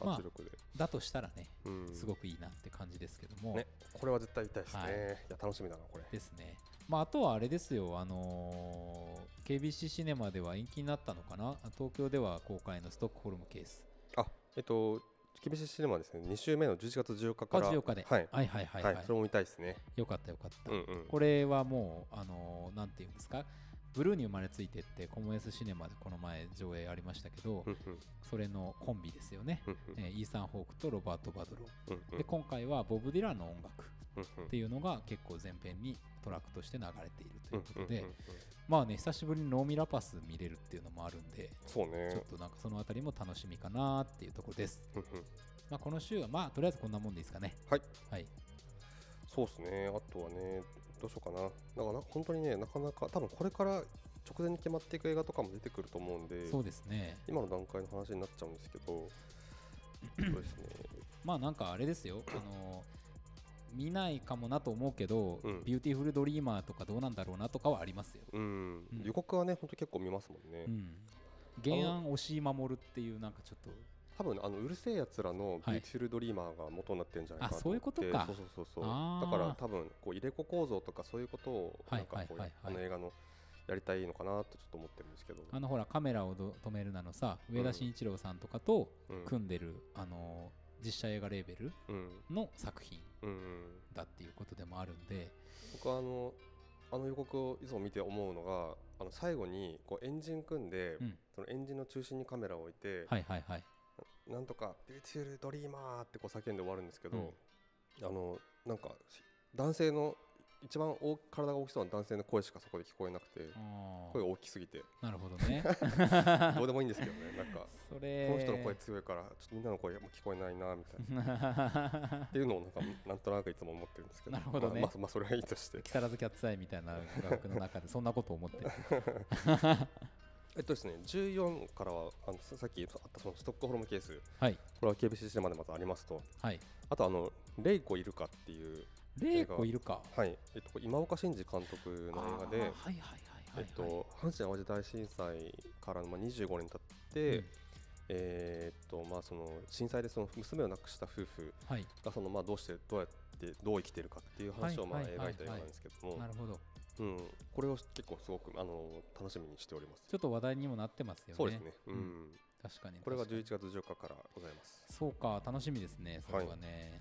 まあ圧力でだとしたらねうんすごくいいなって感じですけども、ねこれは絶対痛いですはいねいや楽しみだなこれですね。まあ、あとはあれですよ、あのー KBC シネマでは延期になったのかな、東京では公開のストックホルムケース、あえっと厳しいシネマですね2週目の11月14日からあ14日で、はいはいはいはいははいいそれも見たいですねよかったよかった、うんうんこれはもう、あのーなんていうんですか、ブルーに生まれついてって、コモエスシネマでこの前、上映ありましたけど、うんうんそれのコンビですよね、うんうんえーイーサン・ホークとロバート・バドロー、うんうんで今回はボブ・ディランの音楽うんうんっていうのが結構前編にトラックとして流れているということで、うんうんうんうんまあね、久しぶりにノーミラパス見れるっていうのもあるんで。そうちょねっとなんかそのあたりも楽しみかなっていうところです。うんうんまあ、この週はまあとりあえずこんなもんでいいですかね。はい。はい。そうですね、あとはね、どうしようかな、だからな本当にね、なかなか、多分これから直前に決まっていく映画とかも出てくると思うんで、そうですね。今の段階の話になっちゃうんですけど、そうですね、まあなんかあれですよ。あの見ないかもなと思うけど、うんビューティフルドリーマーとかどうなんだろうなとかはありますよ。うん、うん予告はね、本当結構見ますもんね、うん。原案押井守っていうなんかちょっと多分あのうるせえやつらのはビいューティフルドリーマーが元になってるんじゃないかなあそういうことかそうそうそうそう、あーだから多分こう入れ子構造とかそういうことを、はないんかこはいはう、いはいあの映画のやりたいのかなとちょっと思ってるんですけど、あのほらカメラをど止めるなのさ上田慎一郎さんとかとうん、組んでる、あの実写映画レーベルうん、の作品うん、うん。だっていうことでもあるんで、僕はあのあの予告をいつも見て思うのがあの最後にこうエンジン組んで、うん、そのエンジンの中心にカメラを置いて、はいはいはいなんとか「ビューティフルドリーマー」ってこう叫んで終わるんですけうんど、あのなんかし男性の一番大体が大きそうな男性の声しかそこで聞こえなくてあ声ーが大きす ぎてなるほど ね。どうでもいいんですけどねなんかそれこの人の声強いからちょっとみんなの声も聞こえないなみたいな。っていうのをなんかなんとなくいつも思ってるんですけどなるほどねまあまあまあそれはいいとして 木更津キャッツアイみたいな画角の中でそんなこと思ってるえっとですね、14からはあのささっきあったそのストックホルムケース、はいこれは KBC シネマでまたありますと、はいあとあの、レイコいるかっていう、玲子いるかはいえっと、今岡慎二監督の映画で、あーはいはいはいはいはいえっと阪神・淡路大震災からのまあ25年経って、うんえーっとまあ、その震災でその娘を亡くした夫婦はいがそのまあどうしてどうやってどう生きてるかっていう話をまあはいはい描いた映画なんですけども、なるほどうん、これを結構すごくあの楽しみにしております。ちょっと話題にもなってますよねそうですね、ううん確かにこれが確かに11月14日からございます。そうか楽しみですねそれはね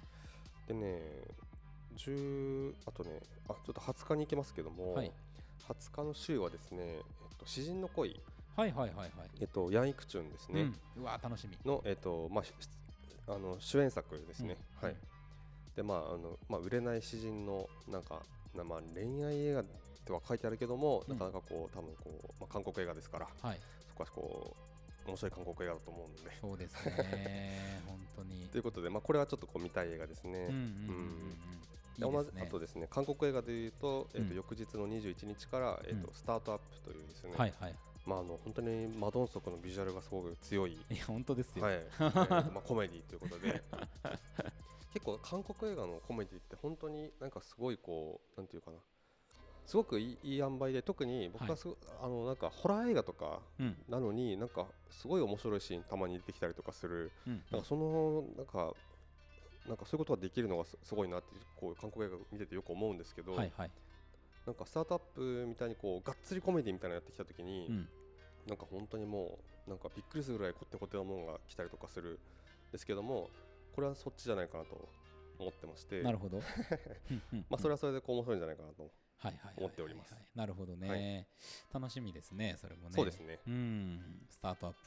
でね、10あとね、あちょっと20日に行きますけども、はい20日の週はですね、えっと、詩人の恋、はいはいはいはいえっと、ヤン・イクチュンですね、うんうわ楽しみの、えっとまあ、しあの主演作ですね。うんはいでまああのまあ、売れない詩人のなんか、なまあ、恋愛映画とは書いてあるけども、うんなかなかこう多分こう、まあ、韓国映画ですからはいそ少しこう面白い韓国映画だと思うんで。 そうですね本当にということで、まあ、これはちょっとこう見たい映画ですね。うんうんうんうんうんいい同ですじねあとですね韓国映画でいうと,、えーとうん翌日の21日から、えーとうんスタートアップというですね、はいはいまあ、あの本当にマドンソクのビジュアルがすごく強い、いや本当ですよ、はいえーまあ、コメディということで 結構韓国映画のコメディって本当になんかすごいこうなんていうかなすごくいいいい塩梅で特に僕はすご、あのなんかホラー映画とかうんなのになんかすごい面白いシーンたまに出てきたりとかするうんなんかそのなんかなんかそういうことができるのがすすごいなってこう韓国映画見ててよく思うんですけど、はいはい、なんかスタートアップみたいにこうがっつりコメディみたいなのやってきた時に、うん、なんか本当にもうなんかびっくりするぐらいこってこってのものが来たりとかするんですけどもこれはそっちじゃないかなと思ってましてなるほ どまあ、それははそれでこう面白いんじゃないかなと、はいはいはい思っておりますはいはいなるほどね、楽しみですねそれもねそうですねうんスタートアップ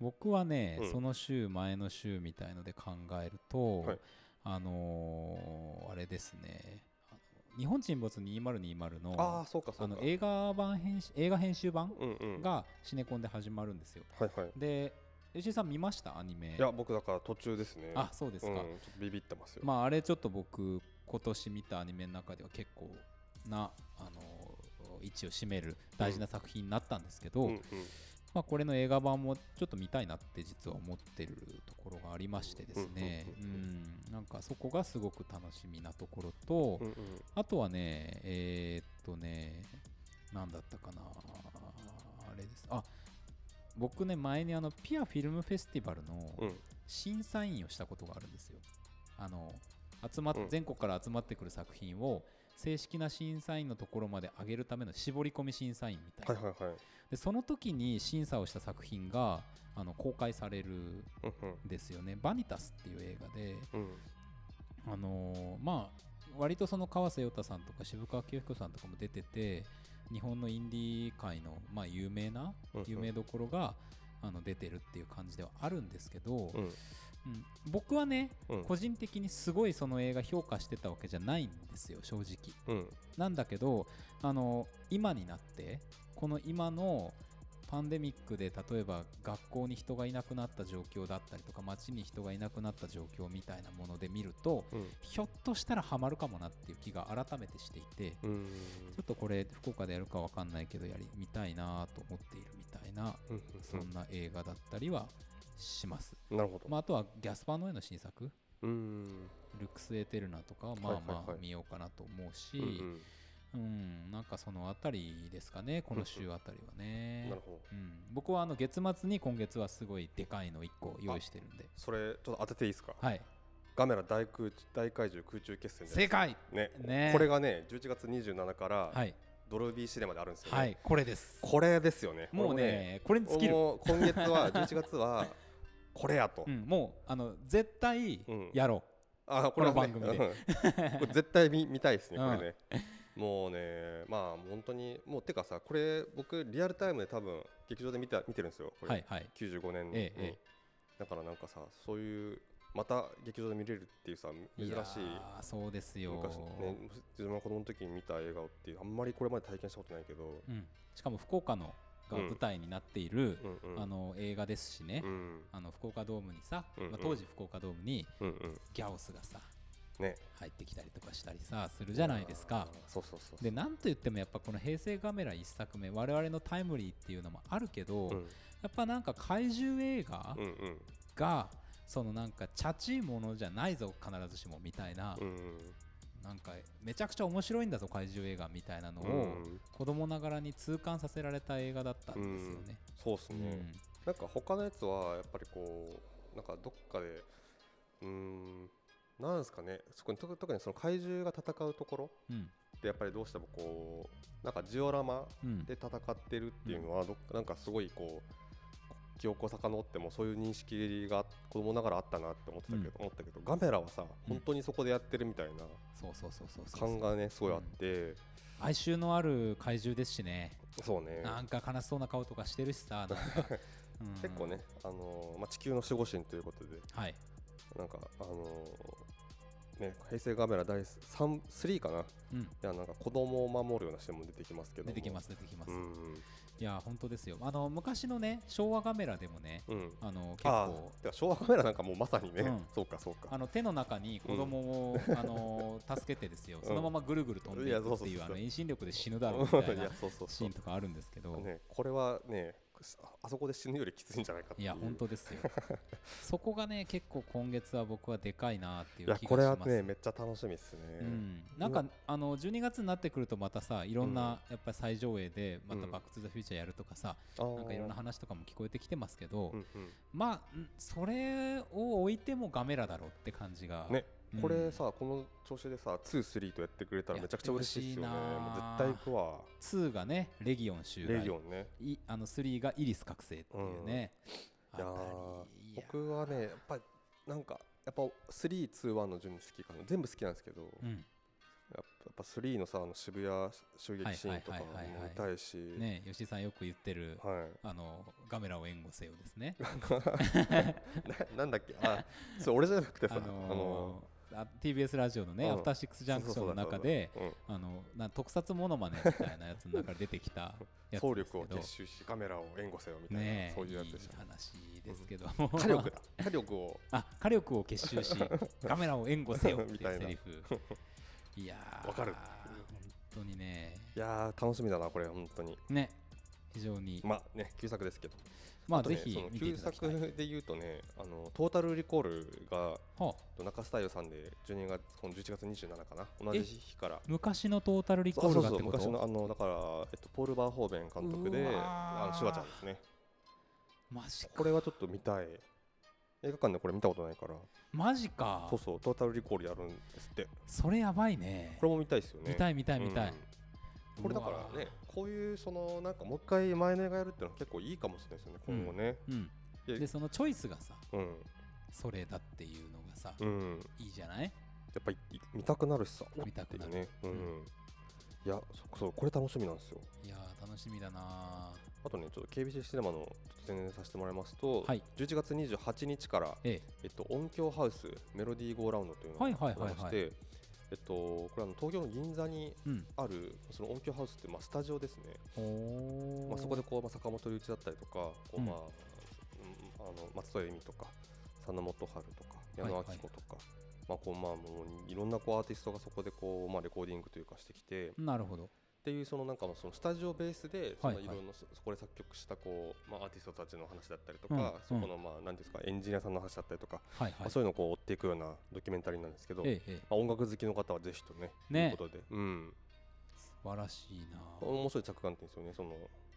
僕はね、うんその週前の週みたいので考えると、はいあのーあれですねあの日本沈没2020のああそうかそあうかの映画版編集映画編集版うんうんはがシネコンで始まるんですよ、いはいで吉井さん見ましたアニメいや僕だから途中ですねあそうですか、うん、ちょっとビビってますよ、まああれちょっと僕今年見たアニメの中では結構なあの位置を占める大事な作品になったんですけど、うんうん、まあ、これの映画版もちょっと見たいなって実は思ってるところがありましてですね、ううんうんうんん、なんかそこがすごく楽しみなところと、うんうんあとはね、えーっとね、なんだったかな、あれです。あ僕ね、前にあのピアフィルムフェスティバルうのん審査員をしたことがあるんですよ。あの集まっうん全国から集まってくる作品を正式な審査員のところまで上げるための絞り込み審査員みたいはないはいはいでその時に審査をした作品があの公開されるんうんうんですよね「バニタス」っていう映画で、うんあのーまあ割とその川瀬陽太さんとか渋川清彦さんとかも出てて日本のインディー界の、まあ、有名なうんうん有名どころが、あの出てるっていう感じではあるんですけど、うんうん僕はね、うん個人的にすごいその映画評価してたわけじゃないんですよ正直。うんなんだけどあの今になってこの今のパンデミックで例えば学校に人がいなくなった状況だったりとか街に人がいなくなった状況みたいなもので見るとうんひょっとしたらハマるかもなっていう気が改めてしていてちうょんっとこれ福岡でやるかわかんないけどやりみたいなと思っているみたいなうんそんな映画だったりはします、うんなるほど、まあ、あとはギャスパーノエの新作うんルクス・エーテルナとかはまあはいまはいあはい見ようかなと思うし、うんうんうん、なんかそのあたりですかね、この週あたりはねなる。ほどうん、僕はあの月末に今月はすごいでかいの1個用意してるんで。それちょっと当てていいですか、はい。ガメラ大空中大怪獣空中決戦じゃない正解ですかねねこれがね11月27からはい。ドルビーシネマであるんですよね、はい、これです。これですよねもうね、これに俺尽もきねる。もう今月は11月はこれやと、うん、もう、あの、絶対うんやろあこれはねこの番組でうん これ絶対見見たいですねこれね、もうねまあ本当にもうてかさこれ僕リアルタイムで多分劇場で見た見てるんですよう。これ、はい、はい。 95年に、ええええだからなんかさそういうまた劇場で見れるっていうさ珍しいやーそうですよ。昔ね自分が子供の時に見た映画をっていうあんまりこれまで体験したことないけど、うん。しかも福岡のが舞台になっている、うんうん、あの映画ですしね。うんあの福岡ドームにさ、うんうんまあ、当時福岡ドームにうんうんギャオスがさね入ってきたりとかしたりさするじゃないですかあーそうそうそうそうでなんと言ってもやっぱこの平成カメラ1作目我々のタイムリーっていうのもあるけど、うんやっぱなんか怪獣映画うんうんが、そのなんかチャチいものじゃないぞ必ずしもみたいな、うんうんなんかめちゃくちゃ面白いんだぞ怪獣映画みたいなのを、うん子供ながらに痛感させられた映画だったんですよね。そうっすうね、んなんか他のやつはやっぱりこうなんかどっかでうーんなんですかねそこに特特にその怪獣が戦うところうんってやっぱりどうしてもこうなんかジオラマうんで戦ってるっていうのはどっかなんかすごいこう記憶を遡ってもそういう認識が子供ながらあったなって思ってたけど,、うん思ったけどガメラはさ本当にそこでやってるみたいなそうそうそうそうそう感がねすごいあって、哀愁のある怪獣ですしね、そうねなんか悲しそうな顔とかしてるしさなん か、うん結構ね、あのーまあ、地球の守護神ということではいなんかあのーね、平成ガメラ第3 3かなうんいやなんか子供を守るような人も出てきますけども出てきます出てきます、うんいや本当ですよあの昔のね昭和カメラでもねうんあの結あ構あてか昭和カメラなんかもうまさにね、うんそうかそうかあの手の中に子供を、 あの助けてですよ、うんそのままぐるぐる飛んでいくいやそうってそういそううあの 遠心力で死ぬだろうみたい いなやそうそうシそーうンとかあるんですけど、ねこれはねああそこで死ぬよりきついんじゃないかっていいやう本当ですよ そこがね結構今月は僕はでかいなっていいうや気これがはしますねめっちゃ楽しみですね、うん、なんか、うんあの12月になってくるとまたさいろんな、やっぱり再上映でまた「うんバック・トゥ・ザ・フューチャー」やるとかさ、あーなんかいろんな話とかも聞こえてきてますけど、うんうんまあんそれを置いてもガメラだろうって感じが、ねうんこれさ、この調子でさ23とやってくれたらめちゃくちゃ嬉しいですよねやってほしいなもう絶対行くわ2がねレギオン襲レ来ギオンねいあの3がイリス覚醒っていうね、いやーあたりいや僕はねやっぱりなんかやっぱ321の順に好きかな全部好きなんですけど、うやっんぱやっぱ3のさあの渋谷襲撃シーンとかもはいはいはいはいはい見たいし、ね吉井さんよく言ってる、はいあのガメラを援護せよです ねななんだっけあそれ俺じゃなくて さ、あのーあ TBS ラジオのね、うんアフターシックスジャンクションの中でそうそうそうあのな特撮モノマネみたいなやつの中 で出てきたうやんつで総すけど力を結集しカメラを援護せよみたいな、ねえそういうやつでしたいい話ですけども火力だ 火力をあ火力を結集 しカメラを援護せよってみいたういセなリフいやーわかる本当にねいやー楽しみだなこれ本当にね非常にまあね旧作ですけどまあとねぜひその見てい旧ただきたい作で言うとねあのトータルリコールがはあ中須太陽さんで12月この11月27かな同じ日から昔のトータルリコそうーそルうがってそうこと昔のあのだから、えっと、ポール・バーホーベン監督でうわーあのシュワちゃんですねマジかこれはちょっと見たい映画館でこれ見たことないからマジかそうそうトータルリコールやるんですってそれやばいねこれも見たいですよね見たい見たい見たい、うんこれだからねこういうそのなんかもう一回前の映画やるっていうのは結構いいかもしれないですよね今後ね、うんいやでそのチョイスがさうんそれだっていうのがさ、うんいいじゃないやっぱり見たくなるしさ、おっ見たてくいなうるね。うんういやそそうこれ楽しみなんですよいやー楽しみだなあとねちょっと KBC シネマのちょっと宣伝させてもらいますと、はい11月28日から、ーええっと、音響ハウスメロディーゴーラウンドというのをはいやはいってはいはまいして、えっと、これあの東京の銀座にえうんあるその音響ハウスって、まあ、スタジオですね、おまあ、そこでこう、まあ、坂本龍一だったりとかこう、うんまあうんあの松任谷由実とか佐野元春とか矢野はい明はい子とか、まあこうまあ、もういろんなこうアーティストがそこでこう、まあ、レコーディングというかしてきて、なるほどっていうそのなんかもうそのスタジオベースでそはいのいろんなそそこで作曲したこうまあアーティストたちの話だったりとかうそんこのまあ何ですかエンジニアさんの話だったりとかはいまはあいそういうのをこう追っていくようなドキュメンタリーなんですけどまええええあ音楽好きの方はぜひとねといねうことでうん素晴らしいなぁ面白い着眼点ですよねその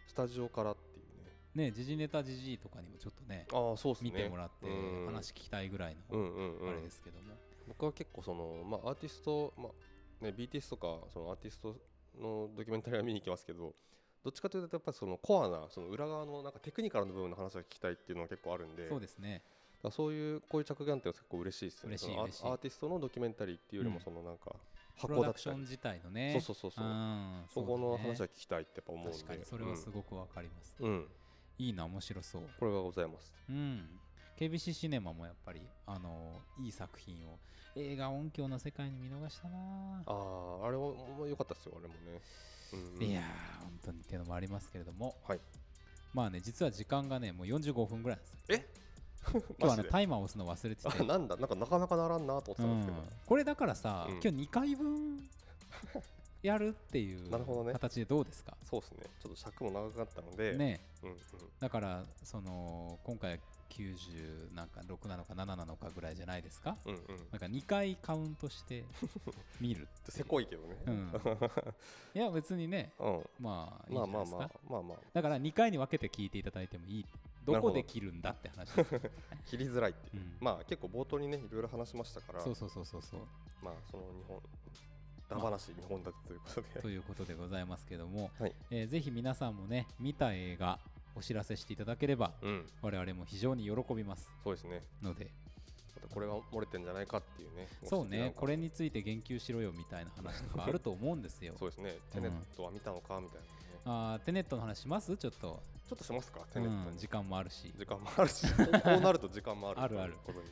スタジオからっていうねね時事ネタ時事とかにもちょっとねああそうです見ねてもらってうん話聞きたいぐらいうんのうんうんあれですけども、僕は結構そのまあアーティストまあね BTS とかそのアーティストのドキュメンタリーは見に行きますけどどっちかというとやっぱりそのコアなその裏側のなんかテクニカルの部分の話が聞きたいっていうのは結構あるんでそうですねだからそういうこういう着眼点は結構嬉しいですよね嬉しいそのア嬉しいアーティストのドキュメンタリーっていうよりうもんそのなんかプ箱ロだダっクシたョンり、自体のねそうそうそうそう、んそこの話そはう聞きたいってやっぱ思だうねんで確かにそれはすごくわかります、うん、うんいいな面白そうこれがございますうん KBC シネマもやっぱりあのいい作品を映画音響の世界に見逃したなぁあああれももう良かったですよあれもね、うんうんいやー本当にっていうのもありますけれども、はいまあね実は時間がねもう45分ぐらいなんですよえ今日マあジのでタイマーを押すの忘れててあなんだなんかなかなかならんなと思ってたんですけど、うんこれだからさ、うん今日2回 分やるっていうなるほどね形でどうですかそうですねちょっと尺も長かったので、ねうんうん、だからその今回は90なんか6なのか7なのかぐらいじゃないですかうんうんなんか2回カウントして 見るってせこいけどねう、ん、いや別にねうんまあいいまんあじゃなまいあですか、まあまあまだから2回に分けて聞いていただいてもいいどなるほこどで切るんだって話ですよ、あ切りづらいっていうう、ん まあ結構冒頭にねいろいろ話しましたからそうそうそうそうそうまあその日本ダバなし日本だということで、ということでございますけども、はいえーぜひ皆さんもね見た映画お知らせしていただければうん我々も非常に喜びますそうですねのでまたこれが漏れてんじゃないかっていうねそうねこれにについて言及しろよみたいな話とかあると思うんですよそうですねテネットは見たのかみたいなね、あーテネットの話しますちょっと、ちょっとしますかうテネットん、に時間もあるし時間もあるしこうこうなると時間もあるあるあるということに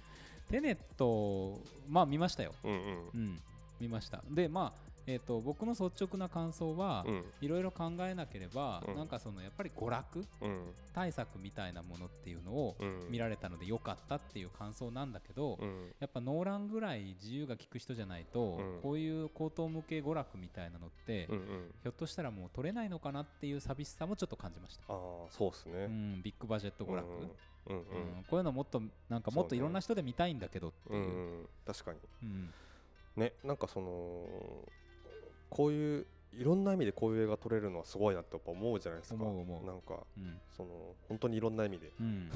テネットまあ見ましたようんうんうん見ましたでまあえー、と僕の率直な感想は、うんいろいろ考えなければ、うんなんかそのやっぱり娯楽うん対策みたいなものっていうのをうん見られたので良かったっていう感想なんだけど、うんやっぱノーランぐらい自由が利く人じゃないと、うんこういう高等無形娯楽みたいなのって、うんうひんょっとしたらもう取れないのかなっていう寂しさもちょっと感じました、ああそうですうねん、ビッグバジェット娯楽、うんうんうんこういうのもっとなんかもっといろんな人で見たいんだけどってういんううんうん確かにうんねなんかそのこういういろんな意味でこういう映画撮れるのはすごいなってやっぱ思うじゃないですか思う思うなんかうんその本当にいろんな意味でうん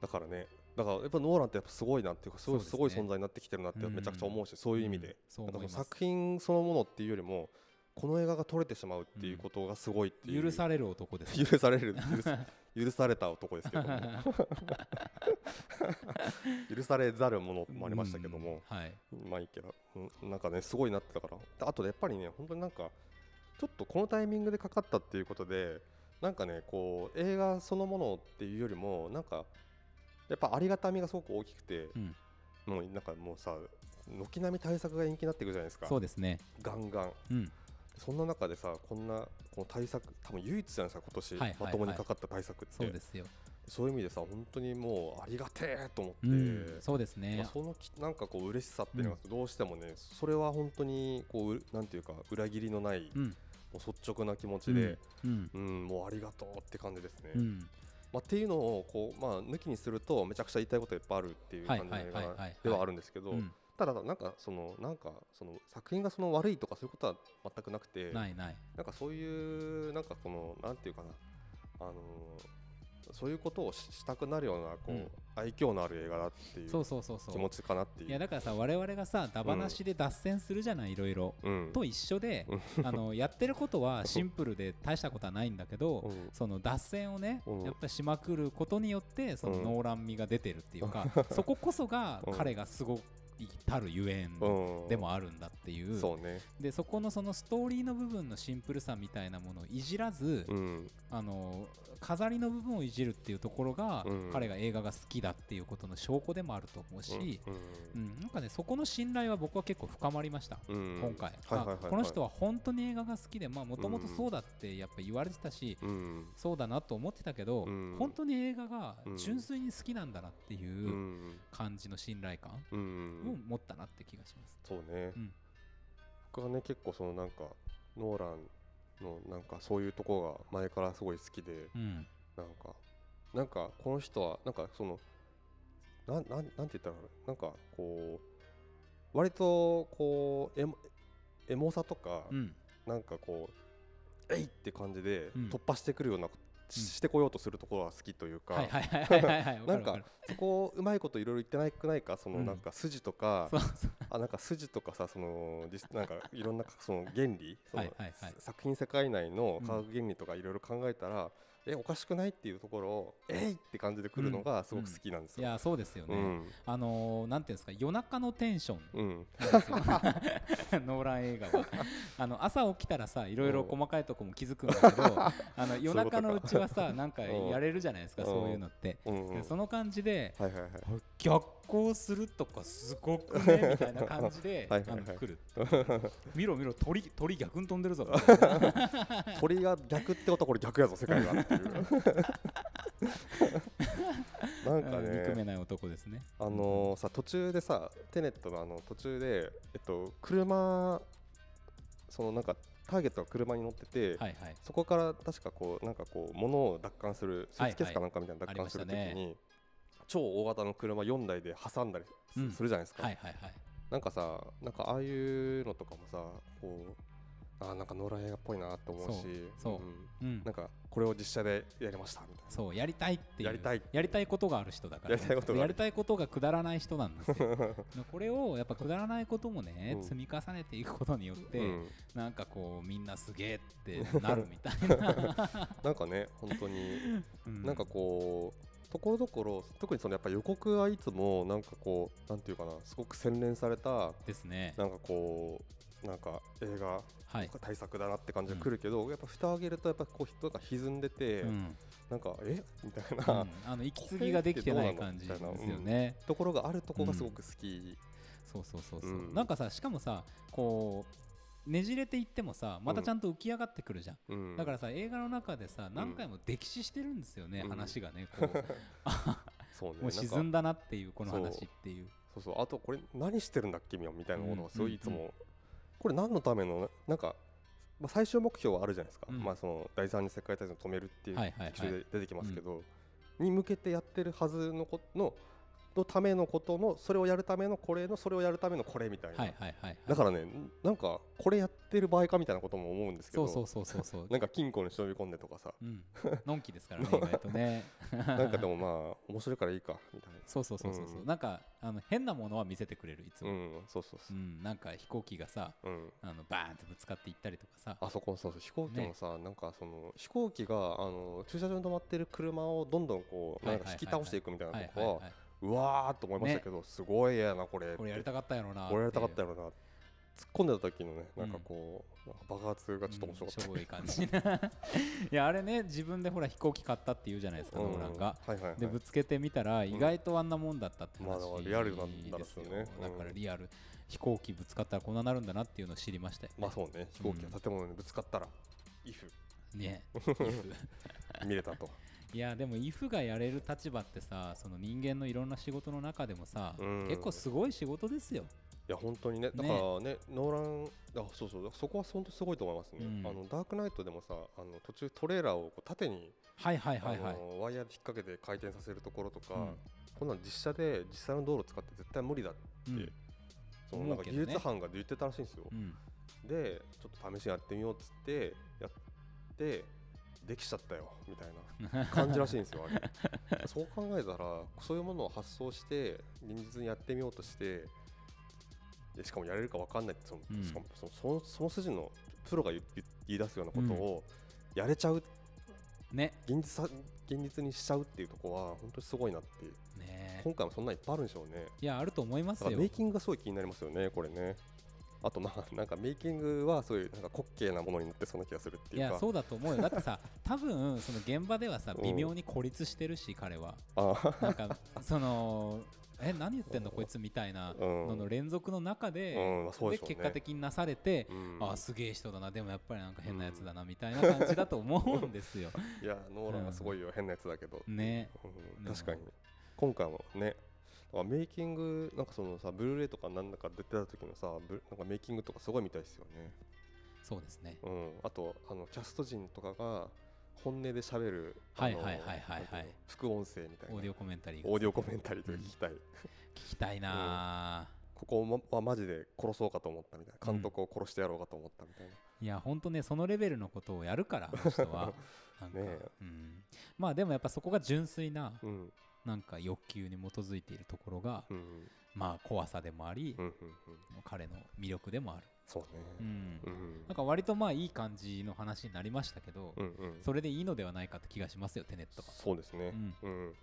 だからねだからやっぱノーランってやっぱすごいなっていうかすごそういですすねごい存在になってきてるなってうんめちゃくちゃ思うしそういう意味うんでそうなんか思いそまのす作品そのものっていうよりもこの映画が撮れてしまうっていうことがすごいっていう許される男ですね 許される許さ許された男ですけども 許されざるものもありましたけども、うんはいまあいいけど、うんなんかねすごいなってたからであとやっぱりね本当になんかちょっとこのタイミングでかかったっていうことでなんかねこう映画そのものっていうよりもなんかやっぱありがたみがすごく大きくて、うんもうなんかもうさ軒並み対策が延期になっていくじゃないですかそうですねガンガンうんそんな中でさこんなこの対策多分唯一じゃないですか今年、はいはいはいまともにかかった対策ってそうですよそういう意味でさ本当にもうありがてえと思って、うんそうですまあねそのきなんかこう嬉しさっていうのがどうしてもね、それは本当にこううなんていうか裏切りのない、もうんう率直な気持ちで、うんうんもうありがとうって感じですね。うんまあ、っていうのをこう、まあ、抜きにするとめちゃくちゃ言いたいこといっぱいあるっていうはい感じの映はいはいはいは画いではあるんですけど、うんただなんかそのなんかその作品がその悪いとかそういうことは全くなくてないないなんかそういうなんかこのなんていうかなあのーそういうことをししたくなるようなこう、うん愛嬌のある映画だっていそううそうそう気そ持うちかなっていう。いやだからさ我々がさダバなしで脱線するじゃないいろいろうんと一緒であのやってることはシンプルで大したことはないんだけど、うんその脱線をね、うんやっぱしまくることによってそのうんノーラン味が出てるっていうか、 そここそがうん彼がすごいたるゆえんうんでもあるんだっていう、そうね、でそこのそのストーリーの部分のシンプルさみたいなものをいじらず、うん、あの飾りの部分をいじるっていうところが、うん彼が映画が好きだっていうことの証拠でもあると思うし、うんうんなんかねそこの信頼は僕は結構深まりました。うん今回、はいはいはいはいあこの人は本当に映画が好きでもともとそうだってやっぱ言われてたし、うんそうだなと思ってたけど、うん本当に映画がうん純粋に好きなんだなってういうん感じの信頼感うをん持ったなって気がします。そうね、うん僕はね結構そのなんかノーランのなんかそういうとこが前からすごい好きでうん、なんかなんかこの人はなんかそのなんなんなんて言ったらいいのかななんかこう割とこうエモエモさとか、うん、なんかこうえいって感じでうん突破してくるような、ししてこようとするところは好きというか、はいはいはいはい はい、わなんかるわるそこをうまいこといろいろ言ってないくないかそのうんなんか筋とか、そうそう、あなんか筋とかさその実なんかいろんなその原理そのはいはいはい作品世界内のうん科学原理とかいろいろ考えたら、えおかしくないっていうところをえいって感じでくるのがすごく好きなんですいよ。やそうですようね。んあのー、なんていうんですか、夜中のテンションうんなんですよ ノーラン映 画はあの朝起きたらさいろいろ細かいとこも気づくんだけど あの夜中のうちはさなんかうんやれるじゃないですかうんそういうのってうんうんでその感じではいはいはい逆行するとかすごくね みたいな感じではいはいはいあの来る見ろ見ろ鳥鳥逆に飛んでるぞ みたいな鳥が逆ってことはこれ逆やぞ世界が っていうなんかうん憎めねない男ですねあのーさ途中でさテネットのあの途中でえっと車そのなんかターゲットが車に乗ってて、はいはいそこから確かこうなんかこう物を奪還するスーツケースかなんかみたいなはい奪はい還するとあきりましたに超大型の車4台で挟んだりすうんするじゃないですか、はいはいはいなんかさなんかああいうのとかもさこうあーなんか野良映画っぽいなと思うしそうそんうんなんかこれを実写でやりましたみたいな。そうやりたいっていうやりたいやりたいことがある人だからやりたいことがあるやりたいことがくだらない人なん ですよこれをやっぱくだらないこともね、うん積み重ねていくことによって、うん、なんかこうみんなすげえってなるみたい な、なんかね、本当に、うなんかこう、ところどころ、特にそのやっぱ予告はいつも、なんかこう、なんていうかな、すごく洗練された、ですねなんかこう、なんか映画はい、対策だなって感じがくるけど、やっぱ蓋を開けるとやっぱこう人が歪んでて、うんなんかえみたいうんな、あの息継ぎができてない感じですよね、ところがあるとこがすごく好き、そうそうそうそう、うんなんかさしかもさこうねじれていってもさまたちゃんと浮き上がってくるじゃん、うん、だからさ映画の中でさ何回も溺死してるんですよね、話がねこうそうねもう沈んだだなっていうこの話っていうそうそうあとこれ何してるんだっけみみたいなものうんがすごうんいいつも、これ何のためのなんか、まあ、最終目標はあるじゃないですか、うんまあ、その第三次世界大戦を止めるっていうはいはいはい劇中で出てきますけど、に向けてやってるはずのこののためのことのそれをやるためのこれのそれをやるためのこれみたいな、はいはいはいはいだからねなんかこれやってる場合かみたいなことも思うんですけそどうそうそうそうそうなんか金庫に忍び込んでとかさうん のんきですからね意外とねなんかでもまあ面白いからいいかみたいなそうそうそうそうそう、うんなんかあの変なものは見せてくれるいつうも、んそうそううそんなんか飛行機がさう、うん、あのバーンってぶつかっていったりとかさあそこそうそう飛行機ねもさ、なんかその飛行機があの駐車場に止まってる車をどんどんこうはないんか引き倒していくみたいなはいとはいこは、はいうわーっと思いましたけど、すごい嫌やなこれってこれやりたかったやろなこれやりたかったよよな突っ込んでた時のねなんかこう、なんか爆発がちょっと面白かった、しょぼい感じ いやあれね自分でほら飛行機買ったって言うじゃないですか、ノーランがはいはいはいでぶつけてみたら意外とあんなもんだったって話、まあだからリアルなんだろでうすけよどねうんだからリアル飛行機ぶつかったらこんななるんだなっていうのを知りましたよ、ねまあそうね飛行機が建物にぶつかったら、イフ ね if 見れたと、いやでもイフがやれる立場ってさその人間のいろんな仕事の中でもさ、うん結構すごい仕事ですよいや本当にねだからねノーランあそうそうそこは本当すごいと思いますね、うんあのダークナイトでもさあの途中トレーラーをこう縦にはいはいはいはあい、のワイヤーで引っ掛けて回転させるところとか、うんこんなん実写で実際の道路使って絶対無理だって、うんそのなん思うかけ技どね術班が言ってたらしいんですよ、うんでちょっと試しにやってみようっつってやってできちゃったよみたいな感じらしいんですよあれ そう考えたらそういうものを発想して現実にやってみようとしてでしかもやれるか分かんないってその、うんしかもそのそのその筋のプロが言言言い出すようなことをやれちゃうね現実さ現実にしちゃうっていうところは本当にすごいなっていうね今回もそんなんいっぱいあるんでしょうねいやあると思いますだからよメイキングがすごい気になりますよねこれねあとまあなんか メイキングはそういうなんか滑稽なものになってそうな気がするっていいうかやそうだと思うよだ ってさ多分その現場ではさうん微妙に孤立してるし彼はあなんかそのえ何言ってんのこいつみたいなうんのの連続の中で、 うんまあそうででしょうね結果的になされて、うんあすげえ人だなでもやっぱりなんか変なやつだなみたいな感じだと思うんですよ。いやノーランがすごいよ、変なやつだけど、ねうんでも確かに今回もねだからメイキングなんかそのさブルーレイとかなんだか出てた時のさブなんかメイキングとかすごいみたいですよねそうですねうんあとあのキャスト陣とかが本音で喋るはいあのはいはいはいはいなんてうの副音声みたいオなーディオコメンタリーがオーディオコメンタリーとか聞きたい、聞きたいなあ、ここもはマジで殺そうかと思ったみたいなうん監督を殺してやろうかと思ったみたいな、いやほんとねそのレベルのことをやるからあの人 はなんか、ねえうん、まあでもやっぱそこが純粋なうんなんか欲求に基づいているところが、うんまあ怖さでもあり、うんうんうん彼の魅力でもある、そううねんうんなんか割とまあいい感じの話になりましたけど、うんうんそれでいいのではないかって気がしますよテネットはそうですねうんうん、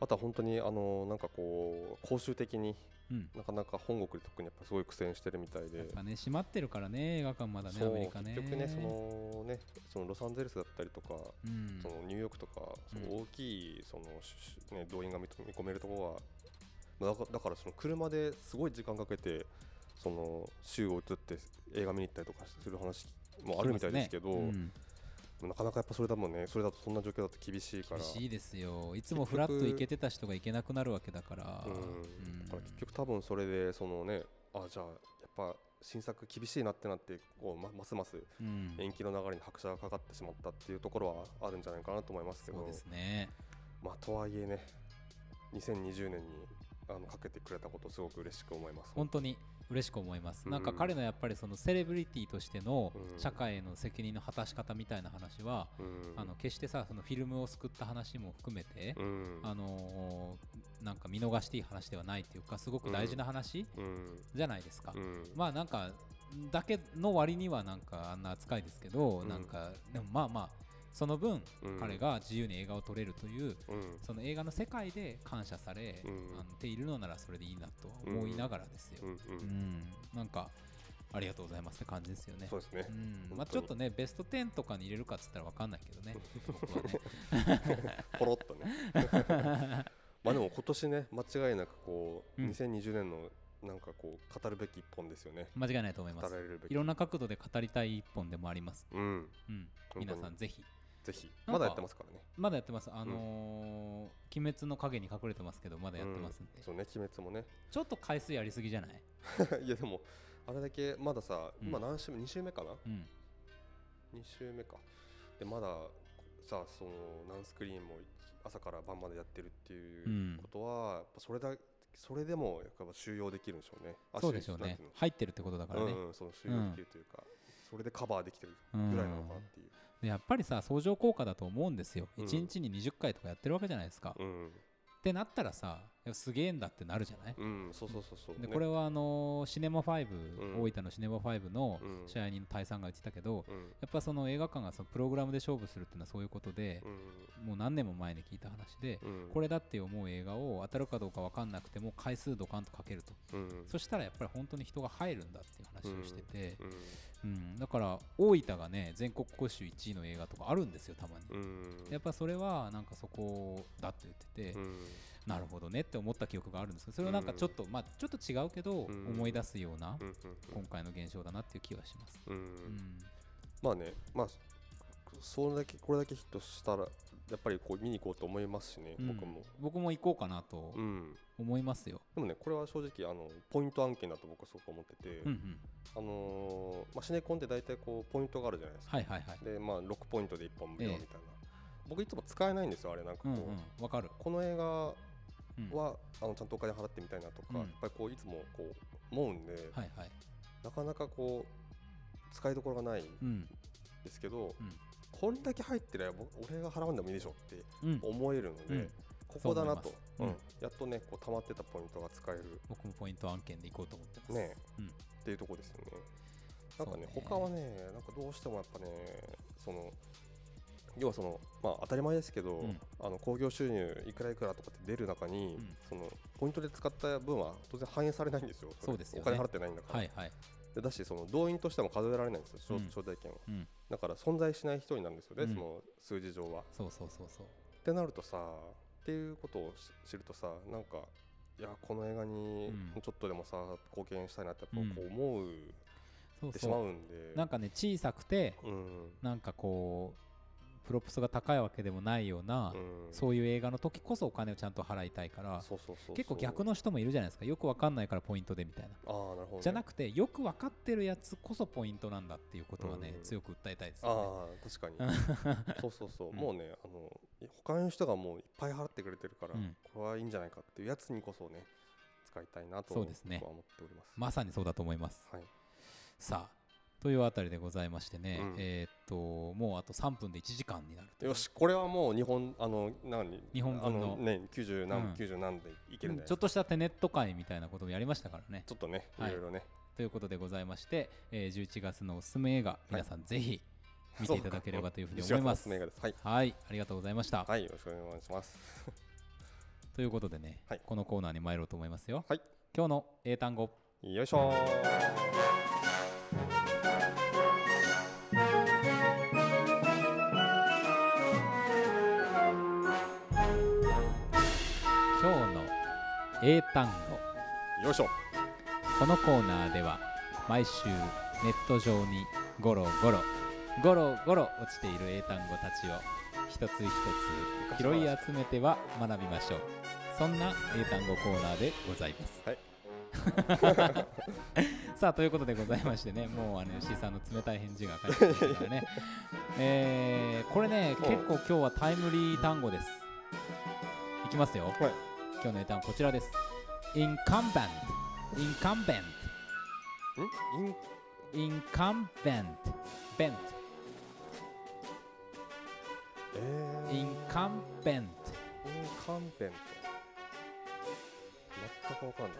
あとは本当にあのなんかこう公衆的にうんなかなか本国で特にやっぱすごい苦戦してるみたいでやっぱね閉まってるからね映画館まだねそアうメリカね結局ねそのねそのロサンゼルスだったりとか、うんそのニューヨークとかそうんの大きいその、しね、動員が見と見込めるところはだかだからその車ですごい時間かけてその州を移って映画見に行ったりとかする話もあるみたいですけど聞きますねうんなかなかやっぱそれだもんねそれだとそんな状況だと厳しいから厳しいですよいつもフラッと行けてた人が行けなくなるわけだから、うんうんだから結局多分それでそのねあじゃあやっぱ新作厳しいなってなってこうまますますうん延期の流れに拍車がかかってしまったっていうところはあるんじゃないかなと思いますけどそうですねまあ、とはいえね、2020年にあのかけてくれたこと、すごく嬉しく思います。本当に嬉しく思います、うんなんか彼のやっぱりそのセレブリティとしてのうん社会への責任の果たし方みたいな話は、うんあの決してさそのフィルムを救った話も含めて、うんあのーなんか見逃していい話ではないっていうかすごく大事な話うんじゃないですか、うんまあなんかだけの割にはなんかあんな扱いですけど、うんなんかでもまあまあその分、うん彼が自由に映画を撮れるといううんその映画の世界で感謝され、うんあのているのならそれでいいなとは思いながらですよ、うんううんんなんかありがとうございますって感じですよねそうですねう。ん本まあ、当ちょにっとねベスト10とかに入れるかっつったらわかんないけど ね僕はねポロっ とね。まあでも今年ね、間違いなくこう、うん2020年のなんかこう語るべき一本ですよね間違いないと思いま語らすれるべきいろんな角度で語りたい一本でもあります、うんうん、当に皆さんぜひぜひかまだやってますからねまだやってますあのー鬼滅の影に隠れてますけどまだやってますんで、そうね鬼滅もね ちょっと回数やりすぎじゃないいやでもあれだけまださうん今何週目2週目かなうん2週目かでまださそのナンスクリーンも朝から晩までやってるっていううんことは、やっぱそれだそれでもやっぱ収容できるんでしょうねあそうでしょうなんねていの入ってるってことだからね、うんうん、その収容できるというか、それでカバーできてるうんぐらいなのかなっていう、でやっぱりさ相乗効果だと思うんですよ、うん1日に20回とかやってるわけじゃないですか、うっんてなったらさいやすげえんだってなるじゃない、うんそうそうそうそう、でこれは、はあのーシネマ5、うん大分のシネマ5のうん試合人の大さんが言ってたけど、うんやっぱその映画館がそのプログラムで勝負するっていうのはそういうことで、もう何年も前に聞いた話で、うんうん、これだって思う映画を当たるかどうか分かんなくても回数ドカンとかけると、うん、うんそしたらやっぱり本当に人が入るんだっていう話をしてて、うんだから大分がね全国公衆1位の映画とかあるんですよたまに、うんうんやっぱそれはなんかそこだって言ってて、うんなるほどねって思った記憶があるんですけどそれをなんかちょっと、まあちょっと違うけどうん思い出すようなうん今回の現象だなっていう気はします、うんううんうんんまあねまあそれだけこれだけヒットしたらやっぱりこう見に行こうと思いますしね、うん僕も、僕も行こうかなとうん、思いますよ、でもねこれは正直あのポイント案件だと僕はすごく思ってて、うんうん、あのーまあ、シネコンって大体こうポイントがあるじゃないですか、はいはいはいでまあ、6ポイントで1本無料ええみたいな、僕いつも使えないんですよあれなんかうこう、んうんわかる、この映画は、うん、あのちゃんとお金払ってみたいなとか、うんやっぱりこういつもこう思うんで、はいはいなかなかこう使いどころがないんうんですけど、うんこんだけ入ってりゃ僕俺が払うんでもいいでしょってうん思えるので、うんここだなそとう思いますやっとねこう溜まってたポイントが使える僕もポイント案件で行こうと思ってますね、うんっていうところですよね。なんかねそうね他はねなんかどうしてもやっぱねその要はそのまあ当たり前ですけど、うんあの興行収入いくらいくらとかって出る中に、うんそのポイントで使った分は当然反映されないんですよ。れそうですよねお金払ってないんだから。はいはいでだしその動員としても数えられないんですよ招うん招待券は、うんだから存在しない人になるんですよね、うんその数字上は。そうそうそうそうってなるとさっていうことをし知るとさなんかいやこの映画にうんちょっとでもさ、貢献したいなってやうっんぱこう思うそうてしまそううんで、なんかね小さくてうんなんかこうプロプスが高いわけでもないような、うんそういう映画の時こそお金をちゃんと払いたいからそうそうそうそう結構逆の人もいるじゃないですかよくわかんないからポイントでみたいな、ああなるほど、ね、じゃなくくてよくわかってるやつこそポイントなんだっていうことはね、うん強く訴えたいですよああ確ね かにそうそうそう、うんもうねあの他の人がもういっぱい払ってくれてるから、うんこれはいいんじゃないかっていうやつにこそね使いたいなとそうですね僕は思っております、まさにそうだと思いますはいさあというあたりでございましてね、うんえーっともうあと3分で1時間になるというよしこれはもう日本あの何日本あ分ののね90何、うん90何でいけるんじゃないですかちょっとしたテネット会みたいなこともやりましたからねちょっとね、はいいろいろね、ということでございまして、えー11月のおすすめ映画皆さんぜ ひ見ていただければというふうに思います一応おすめ映画です。はい。はいありがとうございました、はい、よろしくお願いします。ということでね、はいこのコーナーに参ろうと思いますよ、はい今日の英単語よいしょ今日の英単語よいしょこのコーナーでは毎週ネット上にゴロゴロゴロゴロ落ちている英単語たちを一つ一つ拾い集めては学びましょうそんな英単語コーナーでございます、はい さあということでございましてねもうあの吉井さんの冷たい返事が返ってきましたからねえーこれねお結構今日はタイムリー単語ですいきますよ、い今日の英単語こちらです incumbent incumbent んイン incumbent bent えー、イン incumbent カンペント。全くわかんない。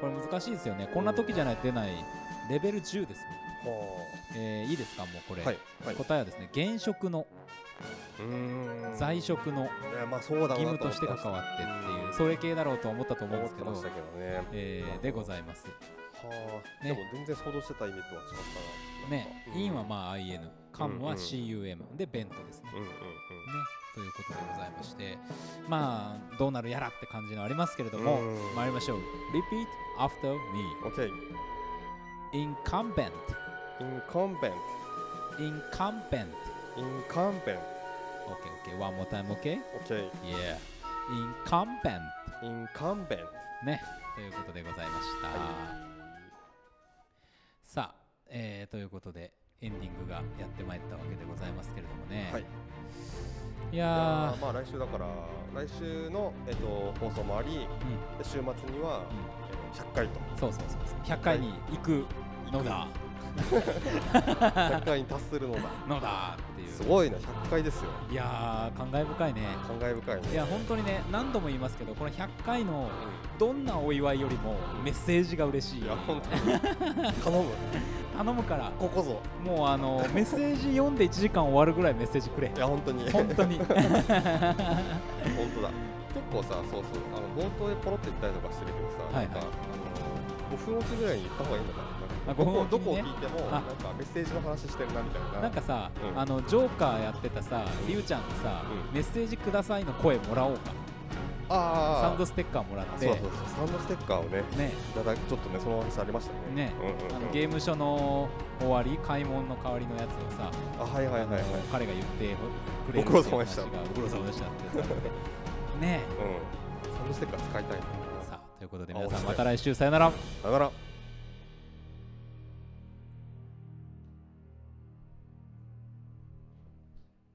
これ難しいですよねこんな時じゃないと出ないレベル10です、はえーいいですかもうこれ、あ。はい。はい。答えはですね現職のうーん在。職のいやまあそうだろ義う務なと思とっしててま関したわってっていううんそれ系だろうとは思ったと思うん思でっすけてどましたけどね。えーでございますはあ。ねでも全然想像してた意味とは違っね、うんインはまあ IN、カムはうんうん CUM でベントですね。うんうんねということでございまして、まあどうなるやらって感じのありますけれどもうん、参りましょう。Repeat after me. うん。OK。 Incumbent, Incumbent。 incumbent. Incumbent。 Okay, okay. One more time, okay? OK。 Yeah. Incumbent. Incumbent。ね、ということでございました。さあ、えーということでエンディングがやってまいったわけでございますけれどもね。はい。いやあまあ来週だから来週のえっと放送もあり、ー、うんで週末にはえー100回とそうそうそうそう100回に行くのだ100回に達するのだ。のだっていうすごいな100回ですよ。いやー感慨深いね感慨深いね。いや本当にね何度も言いますけどこの100回のどんなお祝いよりもメッセージが嬉しいいや本当 に頼む頼むからここぞもうあのメッセージ読んで1時間終わるぐらいメッセージくれいや本当に本当に本当だ結構さそうそうあの冒頭でポロって言ったりとかしてるけどさ、はいはいなんかあの5分おきぐらいに言った方がいいのかななんかあ5分おきにねどこどこを聞いてもあなんかメッセージの話してるなみたいななんかさ、うんあのジョーカーやってたさりゅうちゃんにさ、うんメッセージくださいの声もらおうかあサあンドステッカーもらっそてうそうそうサンドステッカーをねねいただちょっとねその話ありましたねねうんうんうんあのゲーム書の終わり買い物の代わりのやつをさ、あはいはいはいはい彼が言ってくれるご苦労様でしたっていう話がご苦労様でしたってやつがあってねうんサンドステッカー使いたいなえさあということであ皆さ押んしてまた来週さよならさよなら